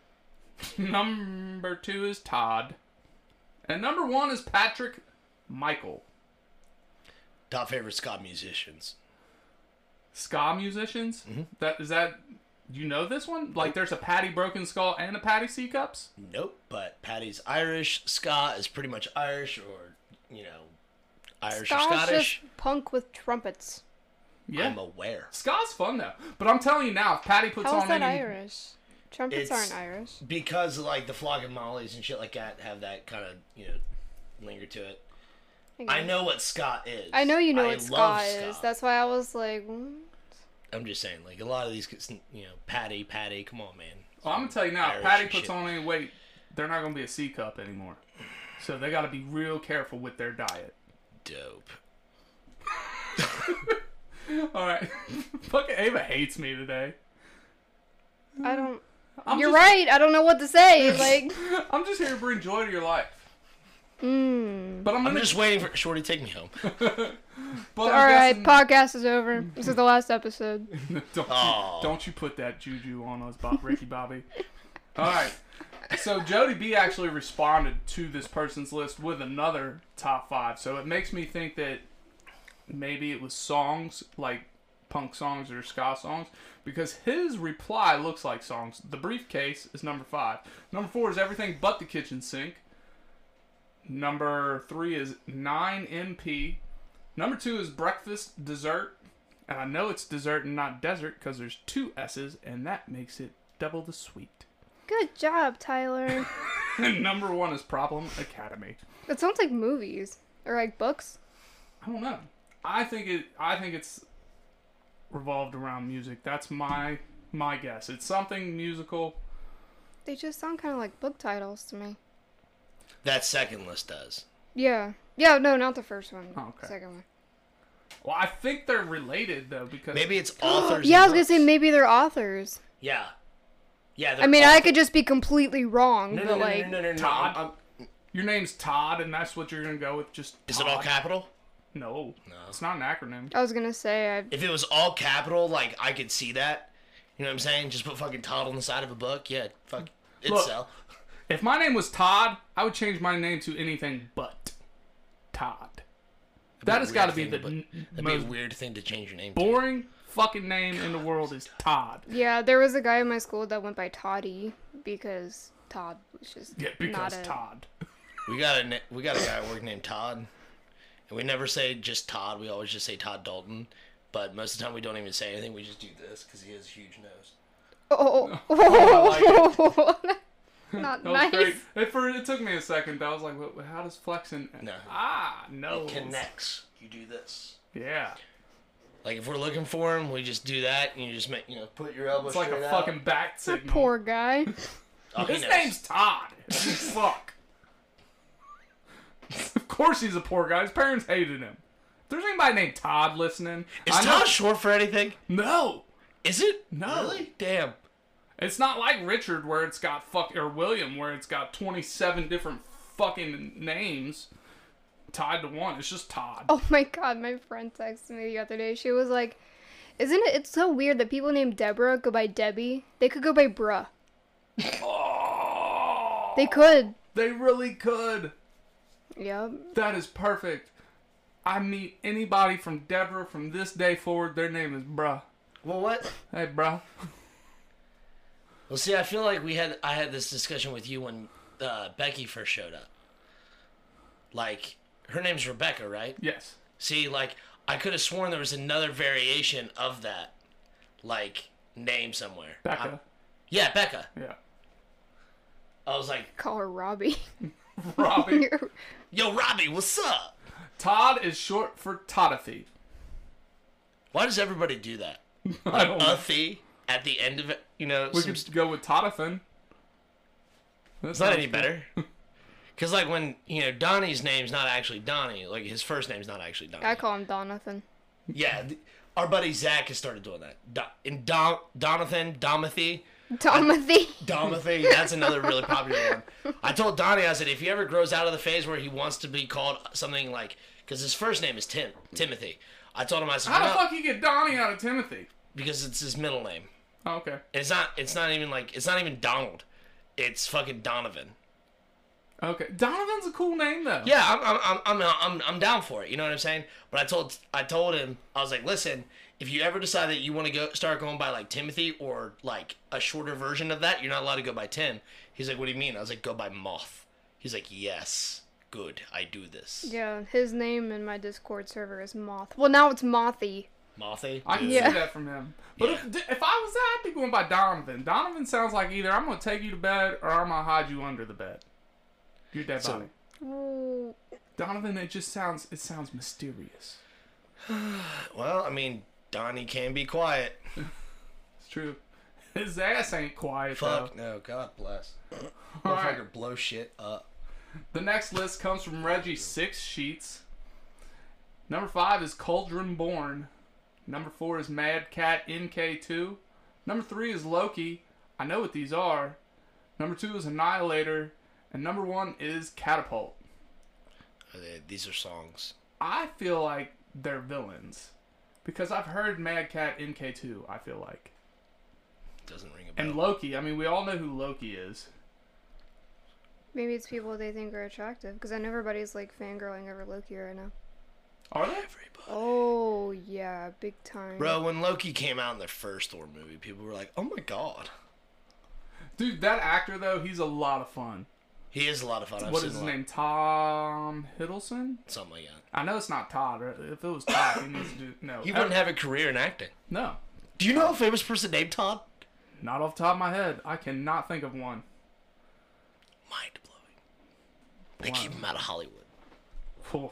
A: number two is Todd. And number one is Patrick Michael.
B: Top favorite ska musicians.
A: ska musicians.
B: Mm-hmm.
A: That is that. You know this one? Like, there's a Patty Broken Skull and a Patty C Cups.
B: Nope, but Patty's Irish. Ska is pretty much Irish or, you know, Irish or
C: Ska's
B: Scottish.
C: just punk with trumpets.
A: Yeah,
B: I'm aware.
A: ska's fun though. But I'm telling you now, if Patty puts
C: How
A: on
C: is that
A: any,
C: Irish? Trumpets
B: It's-
C: aren't Irish.
B: Because, like, the Flogging Mollies and shit like that have that kind of, you know, linger to it. I know what ska is.
C: Mm. I know you know
B: I
C: what ska
B: love
C: is. That's why I was like, mm,
B: I'm just saying, like a lot of these, you know, Patty, Patty, come on, man.
A: well, I'm gonna tell you now, if
B: Irish
A: Patty
B: and
A: puts
B: shit.
A: on any weight, they're not gonna be a C cup anymore. So they got to be real careful with their diet.
B: Dope.
A: All right, fucking Ava hates me today.
C: I don't.
A: Mm. I'm
C: You're
A: just,
C: right. I don't know what to say. Like,
A: I'm just here to bring joy to your life.
C: mm.
A: But I'm
B: I'm
A: gonna.
B: just waiting for Shorty to take me home.
A: but
C: all
A: I'm guessing-
C: right, podcast is over. This is the last episode.
A: don't,
B: Aw.
A: you, don't you put that juju on us, Bob, Ricky Bobby. All right. So Jody B actually responded to this person's list with another top five. So it makes me think that maybe it was songs like punk songs or ska songs because his reply looks like songs. The briefcase is number five. Number four is everything but the kitchen sink. Number three is 9MP. Number two is breakfast dessert. And I know it's dessert and not desert because there's two S's, and that makes it double the sweet.
C: Good job, Tyler.
A: Number one is Problem Academy.
C: It sounds like movies or like books.
A: I don't know. I think it. I think it's revolved around music. That's my my guess. It's something musical.
C: They just sound kind of like book titles to me.
B: That second list does.
C: Yeah. Yeah, no, not the first one.
A: Oh, okay.
C: Second one.
A: Well, I think they're related though because
B: Maybe it's authors.
C: yeah, I was
B: and
C: going to say
B: books.
C: maybe they're authors.
B: Yeah. Yeah.
C: I
B: they're
C: mean, I
B: authors.
C: could just be completely wrong,
B: No,
C: but
B: no, no,
C: like
B: no, no, no, no, no.
A: Todd?
B: I'm- I'm-
A: your name's Todd, and that's what you're gonna go with. Just
B: is it all
A: Todd.
B: capital?
A: No, no, it's not an acronym.
C: I was going to say I
B: If it was all capital, like I could see that. You know what I'm saying? Just put fucking Todd on the side of a book. Yeah, fuck. It'd
A: Look.
B: sell.
A: If my name was Todd, I would change my name to anything but Todd. That has got to be
B: Weird
A: the
B: thing,
A: n-
B: but That'd
A: most
B: be a weird thing to change your name. to.
A: boring fucking name in the world is Todd.
C: Yeah, there was a guy in my school that went by Toddy because Todd was just
A: Yeah,
C: not
A: because
C: a,
A: Todd.
B: We got a ne- we got a guy at work named Todd, and we never say just Todd. We always just say Todd Dalton. But most of the time, we don't even say anything. We just do this because he has a huge nose.
C: Oh, oh, not
A: That was
C: nice.
A: great. It, for, it took me a second. I was like, what, how does flexing?
B: No.
A: Ah, no.
B: It connects. You do this.
A: Yeah.
B: Like if we're looking for him, we just do that, and you just make you know put your elbow
A: It's like a
B: straight out.
A: fucking bat
C: That
A: signal.
C: poor guy.
B: Oh, he
A: His
B: knows.
A: name's Todd. Fuck. of course he's a poor guy. His parents hated him. If there's anybody named Todd listening,
B: Is
A: I know-
B: Todd short for anything?
A: No.
B: Is it?
A: No.
B: Really? Damn.
A: It's not like Richard where it's got fuck or William where it's got 27 different fucking names tied to one. It's just Todd.
C: Oh my god, my friend texted me the other day. She was like, "Isn't it? It's so weird that people named Deborah go by Debbie. They could go by Bruh.
A: Oh,
C: They could.
A: they really could.
C: Yep.
A: That is perfect. I meet anybody from Deborah from this day forward, their name is bruh.
B: Well, what?
A: Hey, bruh.
B: Well, see, I feel like we had I had this discussion with you when uh, Becky first showed up. Like her name's Rebecca, right?
A: Yes.
B: See, like I could have sworn there was another variation of that, like name somewhere.
A: Becca.
B: Yeah, Becca.
A: yeah.
B: I was like,
C: Call her Robbie.
A: Robbie.
B: Yo, Robbie, what's up?
A: Todd is short for Toddathy.
B: Why does everybody do that?
A: I don't know.
B: Uthy at the end of it, you know.
A: Oh, We
B: Uh, some
A: could
B: st-
A: go with Toddathan. That's
B: it's not any better. Cause like when you know Donnie's name's not actually Donnie, like his first name's not actually Donnie.
C: I call him Donathan.
B: Yeah, th- our buddy Zach has started doing that. Do- and Don- Donathan, Domothy,
C: Domothy.
B: Domothy. That's another really popular one. I told Donnie, I said, if he ever grows out of the phase where he wants to be called something like, because his first name is Tim, Timothy. I told him, I said,
A: How the
B: "No,"
A: fuck you get Donnie out of Timothy?
B: because it's his middle name.
A: Oh, okay.
B: And it's not. It's not even like. It's not even Donald. It's fucking Donovan.
A: Okay. Donovan's a cool name though.
B: Yeah, I'm, I'm, I'm, I'm, I'm, I'm down for it. You know what I'm saying? But I told, I told him, I was like, listen, if you ever decide that you want to go start going by like Timothy or like a shorter version of that, you're not allowed to go by Tim. He's like, what do you mean? I was like, go by Moth. He's like, yes, good, I do this.
C: Yeah, his name in my Discord server is Moth. Well, now it's Mothy.
B: Mothy.
A: I can
C: Yeah.
A: see that from him. But if, if I was that, I'd be going by Donovan. Donovan sounds like either I'm going to take you to bed or I'm going to hide you under the bed. Your dead body.
C: Ooh.
A: Donovan, it just sounds it sounds mysterious.
B: Well, I mean, Donnie can be quiet.
A: It's true. His ass ain't quiet
B: Fuck
A: though.
B: no, God bless.
A: All right.
B: Motherfucker, blow shit up.
A: The next list comes from Reggie Six Sheets. Number five is Cauldron Born. Number four is Mad Cat MK2. Number three is Loki. I know what these are. Number two is Annihilator. And number one is Catapult.
B: Uh, These are songs.
A: I feel like they're villains. Because I've heard Mad Cat MK2, I feel like.
B: Doesn't ring a bell.
A: And Loki, I mean, we all know who Loki is.
C: Maybe it's people they think are attractive, because I know everybody's like fangirling over Loki right now.
A: Are they?
B: Everybody.
C: Oh yeah, big time.
B: Bro, when Loki came out in the first Thor movie, people were like, "Oh my god,
A: Dude, that actor, though, he's a lot of fun.
B: he is a lot of fun." I've
A: what
B: seen
A: is
B: a
A: his
B: lot-
A: name? Tom Hiddleston?
B: Something like that.
A: I know it's not Todd. right? If it was Todd, he needs to do. No. Uh,
B: He wouldn't have a career in acting.
A: No.
B: Do you know a famous person named Todd?
A: Not off the top of my head. I cannot think of one.
B: Mind blowing. They keep him out of Hollywood.
A: Phew.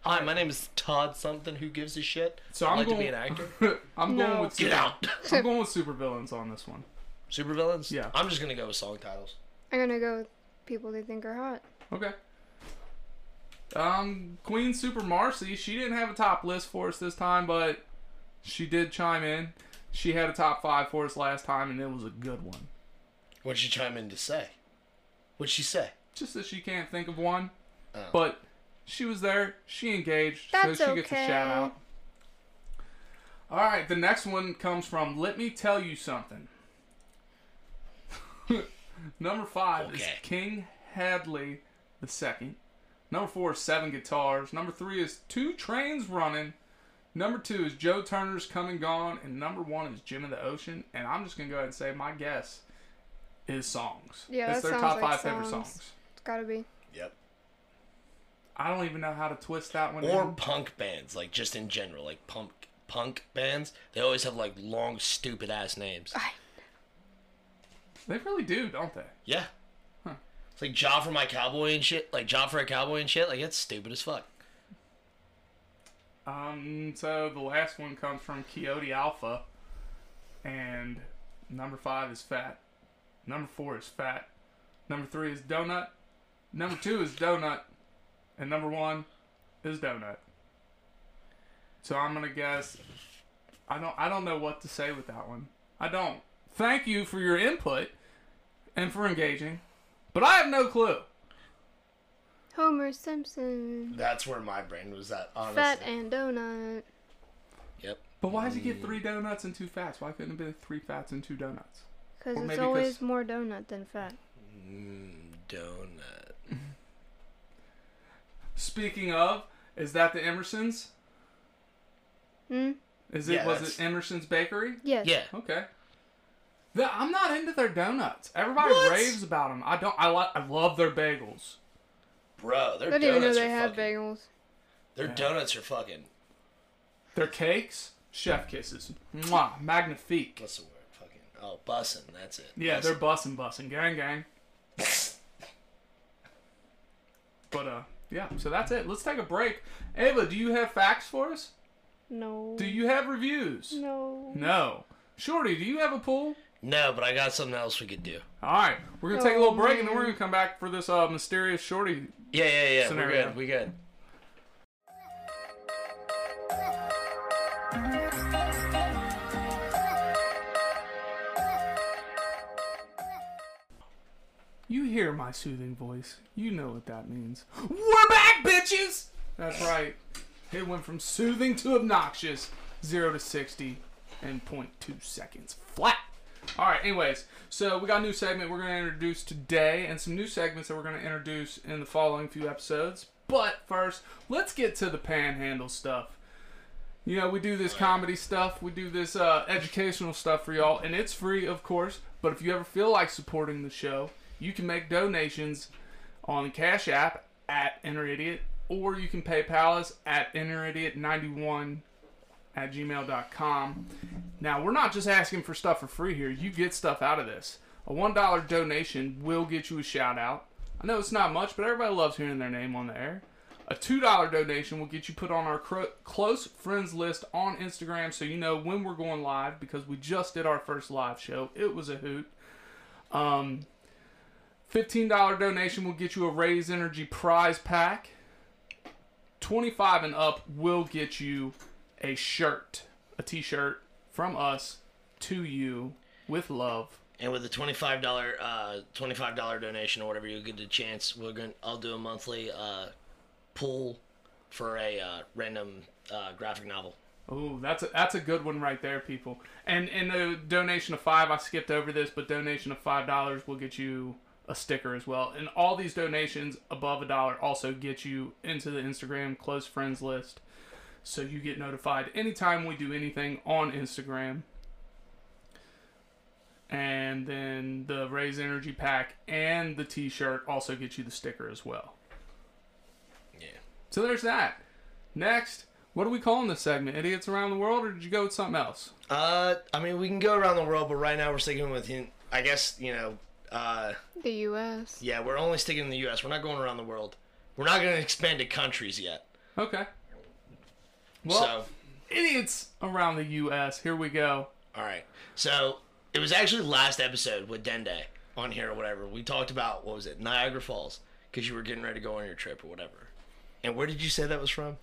B: Hi, my name is Todd something. Who gives a shit?
A: So
B: I'd
A: I'm
B: like
A: going
B: to be an actor.
A: I'm
C: No.
A: going with
B: Get out.
A: I'm going with supervillains on this one.
B: Supervillains?
A: Yeah.
B: I'm just gonna go with song titles.
C: I'm gonna go with people they think are hot.
A: Okay. Um, Queen Super Marcy, she didn't have a top list for us this time, but she did chime in. She had a top five for us last time, and it was a good one.
B: What'd she chime in to say? What'd she say?
A: Just that she can't think of one,
B: Oh.
A: but she was there. She engaged,
C: That's
A: so she gets a
C: okay.
A: shout out. All right, the next one comes from "Let Me Tell You Something." Number five is
B: Okay.
A: King Hadley the second. Number four is Seven Guitars. Number three is Two Trains Running. Number two is Joe Turner's Come and Gone, and number one is Jim of the Ocean. And I'm just gonna go ahead and say my guess is songs.
C: Yeah,
A: it's
C: that
A: their
C: sounds
A: top
C: like
A: five favorite
C: songs.
A: songs.
C: It's gotta be.
B: Yep.
A: I don't even know how to twist that one.
B: Or
A: in.
B: punk bands, like just in general, like punk punk bands. They always have like long, stupid ass names.
A: they really do, don't they?
B: Yeah. It's like job for my cowboy and shit. Like job for a cowboy and shit. Like that's stupid as fuck.
A: Um, so the last one comes from Coyote Alpha, and number five is Fat. Number four is Fat. Number three is Donut. Number two is Donut, and number one is Donut. So I'm gonna guess. I don't. I don't know what to say with that one. I don't. Thank you for your input and for engaging, but I have no clue.
C: Homer Simpson,
B: That's where my brain was at,
A: Oh,
B: honestly.
C: Fat and Donut.
B: Yep.
A: But why does he get three donuts and two fats? Why couldn't it be three fats and two donuts?
C: Because
A: Or
C: it's
A: maybe
C: always
A: 'cause-
C: more donut than fat.
B: Mm, Donut.
A: Speaking of, is that the Emerson's?
C: Hmm?
A: Is it
B: Yeah,
A: was
B: that's-
A: it Emerson's Bakery?
C: Yes.
B: Yeah.
A: Okay. The- I'm not into their donuts. Everybody
B: What?
A: raves about them. I don't. I like. I love their bagels.
B: Bro, their
C: I didn't even know
B: donuts
C: they
B: are
C: had
B: fucking-
C: bagels.
B: Their donuts are fucking
A: Their cakes, chef kisses, mwah, magnifique.
B: what's the word? Fucking oh bussin', that's it.
A: Yeah, they're
B: Bussin'.
A: bussin' bussin' gang gang. But uh, yeah. So that's it. Let's take a break. Ava, do you have facts for us?
C: No.
A: Do you have reviews?
C: No.
A: No. Shorty, do you have a pool?
B: No, but I got something else we could do.
A: All right, we're gonna take a little
C: Oh,
A: break and then
C: man.
A: we're gonna come back for this uh, mysterious shorty.
B: Yeah, yeah, yeah.
A: Scenario.
B: We're good. We good.
A: You hear my soothing voice. You know what that means. We're back, bitches. That's right. It went from soothing to obnoxious, zero to sixty in 0.2 seconds flat. All right. Anyways, so we got a new segment we're gonna introduce today, and some new segments that we're gonna introduce in the following few episodes. But first, let's get to the panhandle stuff. You know, we do this comedy stuff, we do this uh, educational stuff for y'all, and it's free, of course. But if you ever feel like supporting the show, you can make donations on Cash App at Inner Idiot, or you can PayPal us at InnerIdiot91 at gmail.com. Now, we're not just asking for stuff for free here. You get stuff out of this. A $1 donation will get you a shout out. I know it's not much, but everybody loves hearing their name on the air. A $2 donation will get you put on our cro- close friends list on Instagram so you know when we're going live because we just did our first live show. It was a hoot. Um, $15 donation will get you a Raise Energy prize pack. 25 and up will get you a shirt, a t shirt from us to you with love.
B: And with a twenty-five dollar, uh, twenty-five dollar donation or whatever, you'll get a chance. We're gonna, I'll do a monthly uh, pool for a uh, random uh, graphic novel.
A: Oh, that's a, that's a good one right there, people. And and the donation of five, I skipped over this, but donation of five dollars will get you a sticker as well. And all these donations above a dollar also get you into the Instagram close friends list, so you get notified anytime we do anything on Instagram. And then the raise energy pack and the T-shirt also get you the sticker as well.
B: Yeah.
A: So there's that. Next, What are we calling this segment? Idiots around the world, or did you go with something else?
B: Uh, I mean, we can go around the world, but right now we're sticking with, you- I guess, you know, uh,
C: The U.S.
B: yeah, we're only sticking in the U.S. We're not going around the world. We're not going to expand to countries yet.
A: Okay. Well,
B: so,
A: idiots around the U.S. Here we go.
B: all right. So it was actually last episode with Dende on here or whatever. We talked about what was it, Niagara Falls, because you were getting ready to go on your trip or whatever. And where did you say that was from?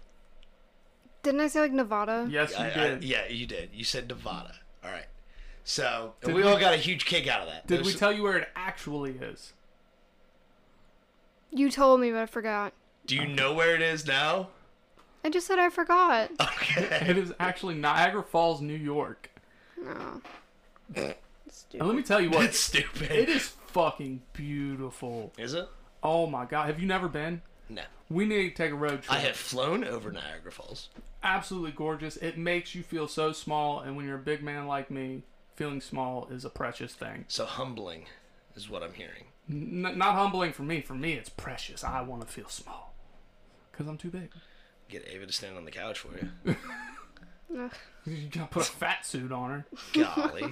C: Didn't I say like Nevada?
A: Yes, you
B: I- I-
A: did.
B: yeah, you did. You said Nevada. All right. So and
A: Did
B: we,
A: we-
B: all got a huge kick out of that.
A: Did
B: It
A: we
B: was-
A: tell you where it actually is?
C: You told me, but I forgot.
B: Do you know where it is now?
C: I just said I forgot.
B: Okay.
A: It is actually Niagara Falls, New York.
C: No.
A: And let me tell you
B: That's
A: what,
B: stupid.
A: it is fucking beautiful.
B: Is it?
A: Oh my god, have you never been?
B: No.
A: We need to take a road trip.
B: I have flown over Niagara Falls.
A: Absolutely gorgeous. It makes you feel so small, and when you're a big man like me, feeling small is a precious thing.
B: So humbling is what I'm hearing.
A: N- not humbling for me. For me, it's precious. I want to feel small because I'm too big.
B: Get Ava to stand on the couch for you.
C: Ugh.
A: You gotta put a fat suit on her.
B: Golly.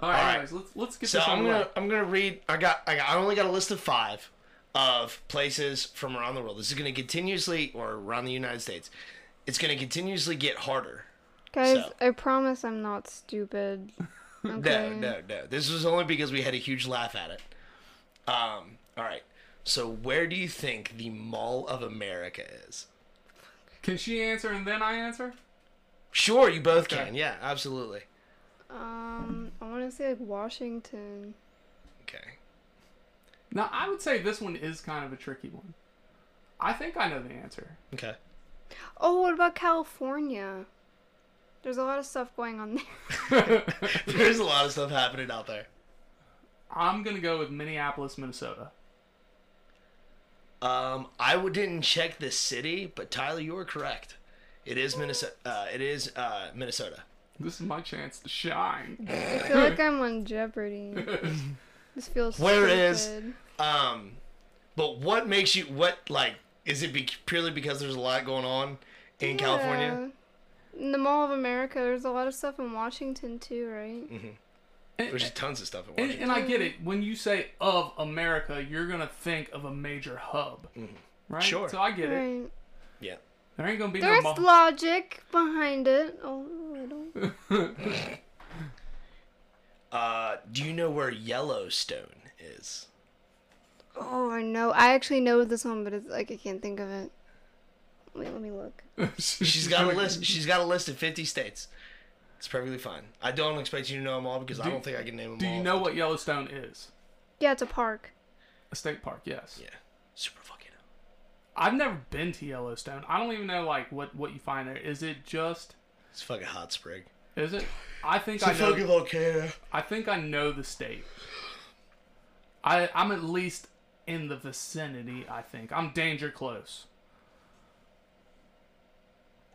A: All right,
B: right.
A: anyways, let's let's get
B: So
A: this on
B: I'm
A: the
B: gonna
A: way.
B: I'm gonna read. I got I got I only got a list of five of places from around the world. This is gonna continuously or around the United States. It's gonna continuously get harder.
C: Guys,
B: So-
C: I promise I'm not stupid. Okay.
B: No, no, no. This was only because we had a huge laugh at it. Um. All right. So where do you think the Mall of America is?
A: Can she answer and then I answer?
B: Sure, you both
A: Okay.
B: can. Yeah, absolutely.
C: Um, I want to say like Washington.
B: Okay.
A: Now I would say this one is kind of a tricky one. I think I know the answer.
B: Okay.
C: Oh, what about California? There's a lot of stuff going on there.
B: There's a lot of stuff happening out there.
A: I'm gonna go with Minneapolis, Minnesota.
B: Um, I w- didn't check the city, but Tyler, you were correct. It is Minnesota. Uh, it is uh, Minnesota.
A: This is my chance to shine.
C: I feel like I'm on Jeopardy. this feels
B: Where
C: stupid.
B: is- Um, but what makes you what like? Is it be- purely because there's a lot going on in California?
C: Yeah. In the Mall of America, there's a lot of stuff in Washington too, right?
B: Mm-hmm. There's just tons of stuff in
A: And,
B: Washington.
A: and I get it. When you say of America, you're gonna think of a major hub, right?
B: Mm-hmm. Sure.
A: So I get it.
C: Right.
B: Yeah.
A: There ain't gonna be
C: There's
A: no. Mall-
C: logic behind it. Oh, I don't.
B: Uh, do you know where Yellowstone is?
C: Oh, I know. I actually know this one, but it's like I can't think of it. Wait, let me look.
B: She's got a list. She's got a list of 50 states. It's perfectly fine. I don't expect you to know them all because I
A: Do-
B: don't think I can name them
A: Do
B: all.
A: you know what Yellowstone is?
C: Yeah, it's a park.
A: A state park, yes.
B: Yeah. Super fucking.
A: I've never been to Yellowstone. I don't even know like what what you find there. Is it just?
B: It's fucking hot spring.
A: Is it? I think I know.
B: volcano.
A: I think I know the state. I I'm at least in the vicinity. I think I'm danger close.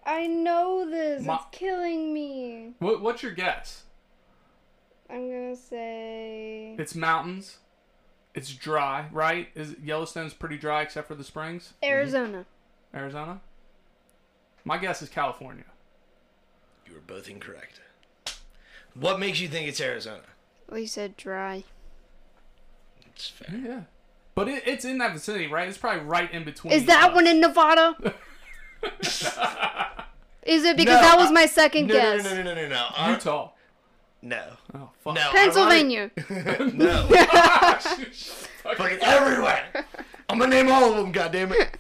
C: I know this.
A: Ma-
C: it's killing me.
A: What what's your guess?
C: I'm gonna say.
A: It's mountains. It's dry, right? Is Yellowstone's pretty dry except for the springs?
C: Arizona.
A: Arizona. My guess is California.
B: You were both incorrect. What makes you think it's Arizona?
C: We said dry.
B: It's fair.
A: Yeah. But it, it's in that vicinity, right? It's probably right in between.
C: Is that
A: us.
C: one in Nevada? Is it because that was my second
B: No,
C: guess?
B: no, no, no, no, Uh, no, no. Uh,
A: Utah?
B: no.
A: Oh fuck.
B: No.
C: Pennsylvania.
B: ironic- No. Fucking everywhere. I'm gonna name all of them. Goddamn it.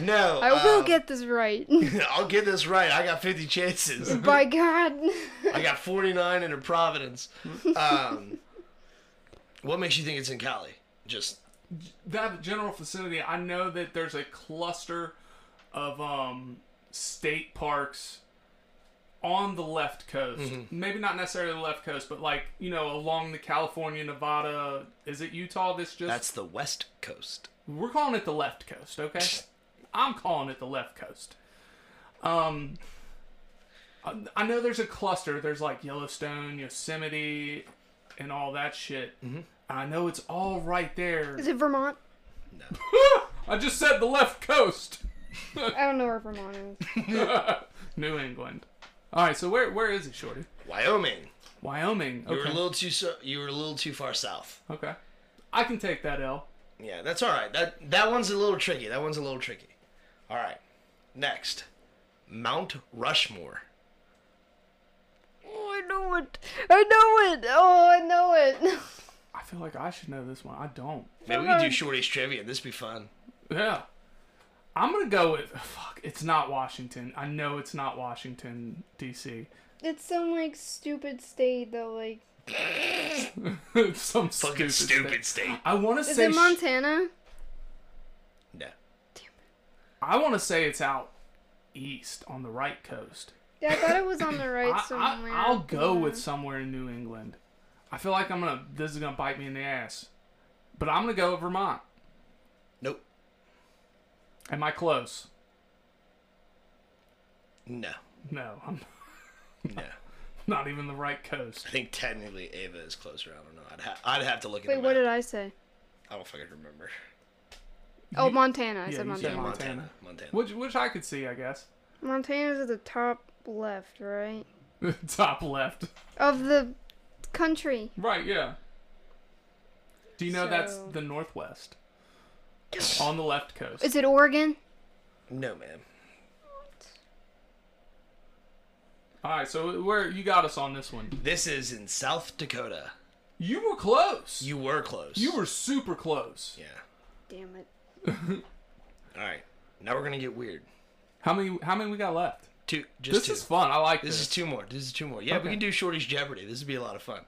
B: No.
C: I will
B: um,
C: get this right.
B: I'll get this right. I got 50 chances.
C: By God.
B: I got 49 in a Providence. Um, what makes you think it's in Cali? Just
A: That general vicinity. I know that there's a cluster of um state parks on the left coast. Maybe not necessarily the left coast, but like, you know, along the California, Nevada, is it Utah this just
B: that's the West Coast.
A: We're calling it the left coast, okay? I'm calling it the left coast. Um, I, I know there's a cluster. There's like Yellowstone, Yosemite, and all that shit. Mm-hmm. I know it's all right there.
C: Is it Vermont?
A: I just said the left coast.
C: I don't know where Vermont is.
A: New England. All right, so where where is it, Shorty?
B: Wyoming.
A: Wyoming.
B: You were
A: Okay.
B: a little too so, you were a little too far south.
A: okay. I can take that L.
B: Yeah, that's all right. That that one's a little tricky. That one's a little tricky. All right. Next. Mount Rushmore.
C: Oh, I know it. I know it. Oh, I know it.
A: I feel like I should know this one. I don't.
B: Man, we could do shorties trivia. This would be fun.
A: Yeah. I'm gonna go with fuck. It's not Washington. I know it's not Washington D.C.
C: It's some like stupid state though. Like,
A: Some
B: Fucking
A: stupid,
B: stupid
A: state.
B: state.
A: I want to
C: is
A: say
C: it
A: sh-
C: Montana?
B: No.
A: I want to say it's out east on the right coast.
C: Yeah, I thought it was on the right
A: I,
C: somewhere.
A: I, will go
C: Yeah.
A: with somewhere in New England. I feel like I'm gonna. This is gonna bite me in the ass. But I'm gonna go with Vermont.
B: Nope.
A: Am I close?
B: No.
A: No, I'm
B: No.
A: not even the right coast.
B: I think technically Ava is closer. I don't know. I'd ha- I'd have to look at
C: Wait, what did I say?
B: I don't fucking remember.
C: Oh, Montana. I
A: yeah,
C: said
A: you said
C: Montana.
A: Montana.
B: Montana. Montana.
A: Which which I could see, I guess.
C: Montana's at the top left, right?
A: Top left.
C: Of the country.
A: Right, yeah. Do you know that's
C: So-
A: the northwest? On the left coast.
C: Is it Oregon?
B: No, ma'am.
A: Alright, so where you got us on this one.
B: This is in South Dakota.
A: You were close. You,
B: You were close.
A: were super close.
B: Yeah.
C: Damn it.
B: All right. Now we're gonna get weird.
A: How many how many we got left?
B: Two. Just
A: This
B: two.
A: is fun. I like this.
B: This is two more. This is two more. Yeah,
A: Okay.
B: we can do Shorty's Jeopardy. This would be a lot of fun.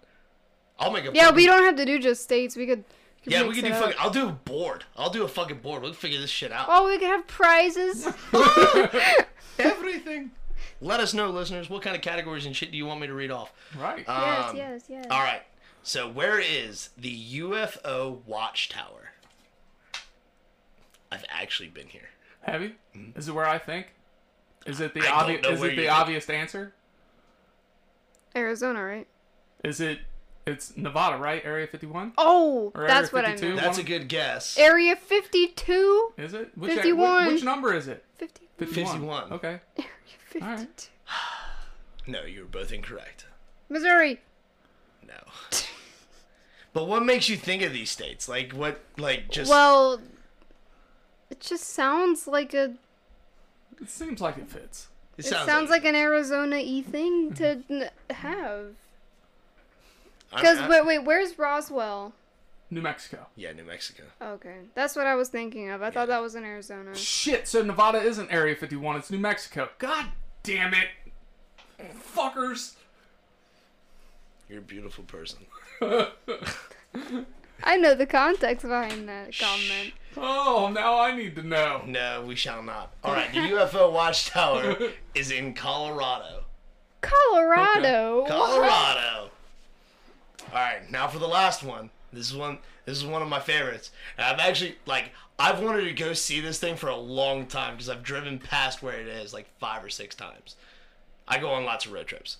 B: I'll make a.
C: Yeah,
B: fucking-
C: we don't have to do just states. We could. could
B: Yeah, we
C: mix
B: can
C: it
B: do
C: up.
B: fucking. I'll do a board. I'll do a fucking board. We'll figure this shit out.
C: Oh, we could have prizes.
B: Everything. Let us know, listeners. What kind of categories and shit do you want me to read off?
A: right.
C: yes,
B: Um,
C: yes, yes.
B: All right. So where is the UFO watchtower? I've actually been here.
A: Heavy? Is it where I think? Is it the
B: Mm-hmm. I don't
A: obvious
B: know
A: is
B: where
A: it
B: you
A: the
B: think.
A: obvious answer?
C: Arizona, right?
A: Is it it's Nevada, right? Area fifty one?
C: Oh,
A: Or
C: that's
A: Area
C: what I
A: 52?
C: meant.
B: That's a good guess.
C: Area 52?
A: Is it? Which, which-
C: 51.
A: which number is it?
C: 50,
B: 51.
A: Okay.
C: 52.
A: All right.
B: No, you were both incorrect.
C: Missouri.
B: No. but what makes you think of these states? Like what? Like just
C: Well, it just sounds like a.
A: It seems like it fits.
B: it
C: It sounds, like, an Arizona y thing to n- have.
B: I'm-
C: Because,
B: I'm-
C: wait, wait, where's Roswell?
A: New Mexico.
B: yeah, New Mexico.
C: Okay. That's what I was thinking of. I thought that was in Arizona.
A: Shit, so Nevada isn't Area 51, it's New Mexico. God damn it. Fuckers.
B: You're a beautiful person.
C: I know the context behind that comment.
A: Oh, now I need to know.
B: No, we shall not. All right, the UFO watchtower is in Colorado.
C: Colorado.
B: Colorado. All right, now for the last one. This is one. This is one of my favorites. And I've actually like I've wanted to go see this thing for a long time because I've driven past where it is like five or six times. I go on lots of road trips.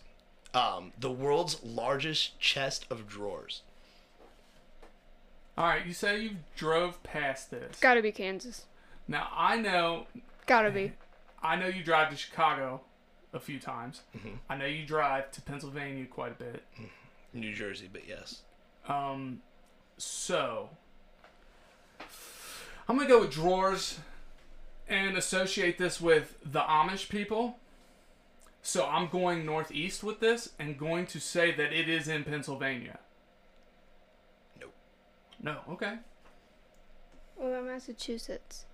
B: Um, the world's largest chest of drawers.
A: All right, you say you drove past this.
C: Gotta be Kansas.
A: Now I know
C: Gotta be.
A: I know you drive to Chicago a few times.
B: Mm-hmm.
A: I know you drive to Pennsylvania quite a bit.
B: New Jersey, but yes.
A: Um so I'm going to go with drawers and associate this with the Amish people. So I'm going northeast with this and going to say that it is in Pennsylvania.
B: Nope.
A: No, okay.
C: What about Massachusetts?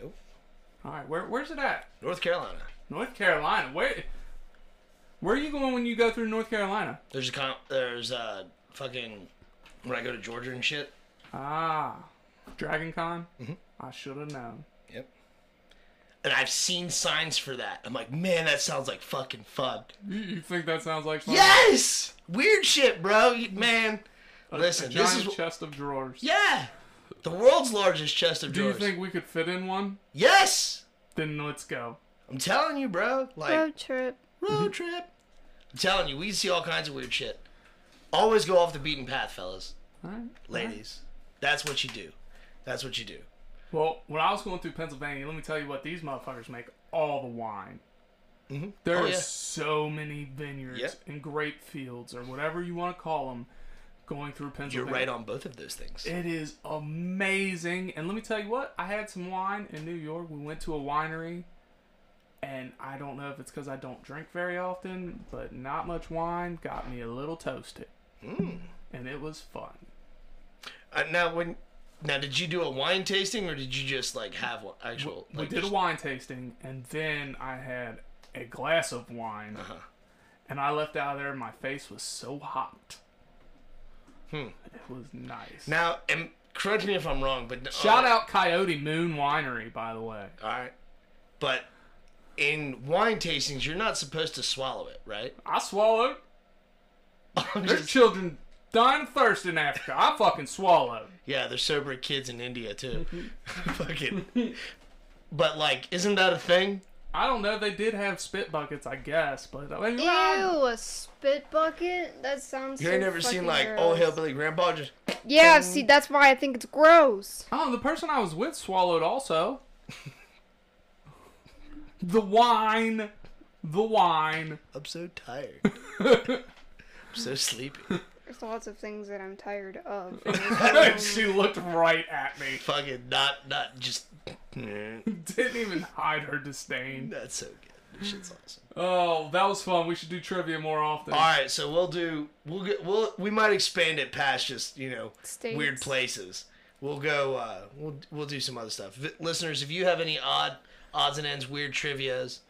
B: Nope.
A: All right, where, where's it at?
B: North Carolina.
A: North Carolina. Where Where are you going when you go through North Carolina?
B: There's a con- there's a fucking when I go to Georgia and shit.
A: Ah, Dragon Con.
B: Mm-hmm.
A: I should have known.
B: Yep. And I've seen signs for that. I'm like, man, that sounds like fucking fun.
A: You, you think that sounds like fun?
B: Yes! Weird shit, bro. You- Man.
A: A
B: Listen, this
A: giant
B: is.
A: chest of drawers.
B: Yeah! The world's largest chest of
A: Do you
B: drawers.
A: think we could fit in one?
B: Yes!
A: Then let's go.
B: I'm telling you, bro. Like,
C: Road trip.
B: road trip. I'm telling you, we see all kinds of weird shit. Always go off the beaten path, fellas.
A: All right.
B: Ladies. That's what you do. That's what you do.
A: Well, when I was going through Pennsylvania, let me tell you what these motherfuckers make all the wine. Mm-hmm.
B: Oh, yeah.
A: so many vineyards
B: Yep.
A: and grape fields or whatever you want to call them going through
B: You're
A: Pennsylvania.
B: right on both of those things.
A: It is amazing. And let me tell you what, I had some wine in New York. We went to a winery, and I don't know if it's because I don't drink very often, but not much wine got me a little toasted.
B: Mm.
A: And it was fun.
B: Uh, now, when now did you do a wine tasting or did you just like have one actual?
A: We
B: like,
A: did a
B: just-
A: wine tasting, and then I had a glass of wine,
B: Uh-huh.
A: and I left out of there. My face was so hot. Hmm. It was nice.
B: Now, uh, and correct me if I'm wrong, but
A: Shout out Coyote Moon Winery, by the way.
B: All right, but in wine tastings, you're not supposed to swallow it, right?
A: I swallowed.
B: I'm
A: There's
B: just-
A: children dying of thirst in Africa. I fucking swallowed.
B: yeah, they're sober kids in India too.
A: Mm-hmm.
B: Fucking. But like, isn't that a thing?
A: I don't know. They did have spit buckets, I guess, but I mean,
C: Ew,
A: well,
C: a spit bucket? That sounds
B: You
C: so
B: ain't never seen
C: fucking
B: like
C: gross.
B: old hillbilly grandpa just.
C: Yeah, see, that's why I think it's gross.
A: oh, the person I was with swallowed also. the wine, the wine.
B: I'm so tired. I'm so sleepy.
C: There's lots of things that I'm tired of.
A: she looked right at me.
B: Fucking not not just. That's
A: Didn't even hide her disdain.
B: so good. This shit's awesome.
A: Oh, that was fun. We should do trivia more often.
B: All right, so we'll do we'll get we'll we might expand it past just you know weird
C: States.
B: places. We'll go uh, we'll we'll do some other stuff. V- listeners, if you have any odd odds and ends, weird trivia's,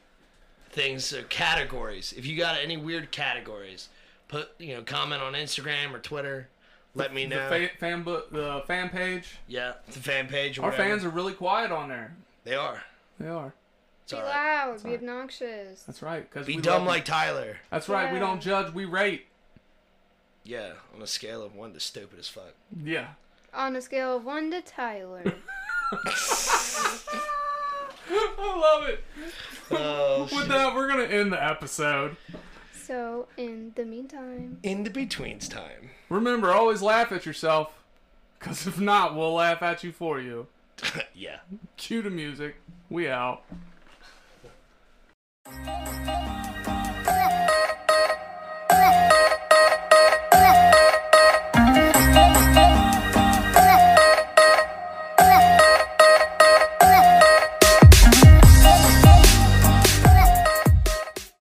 B: things, or categories, if you got any weird categories, put you know comment on Instagram or Twitter. Let me
A: The
B: know.
A: fa- fan, bu- the fan page.
B: yeah, it's a fan page. Or
A: Our fans are really quiet on there.
B: they are.
A: They are.
B: It's
C: be
B: all right.
C: loud, be obnoxious.
A: That's right. Cause
B: Be
A: we
B: dumb
A: love-
B: like Tyler.
A: That's right. We
C: Yeah.
A: don't judge. We rate.
B: Yeah, on a scale of one to stupid as fuck.
A: Yeah.
C: On a scale of 1 to Tyler.
A: I love it.
B: Oh,
A: With
B: shit.
A: that, we're gonna end the episode.
C: so, in the meantime,
B: in the betweens time.
A: Remember, always laugh at yourself, because if not, we'll laugh at you for you.
B: yeah.
A: Cue the music. We out.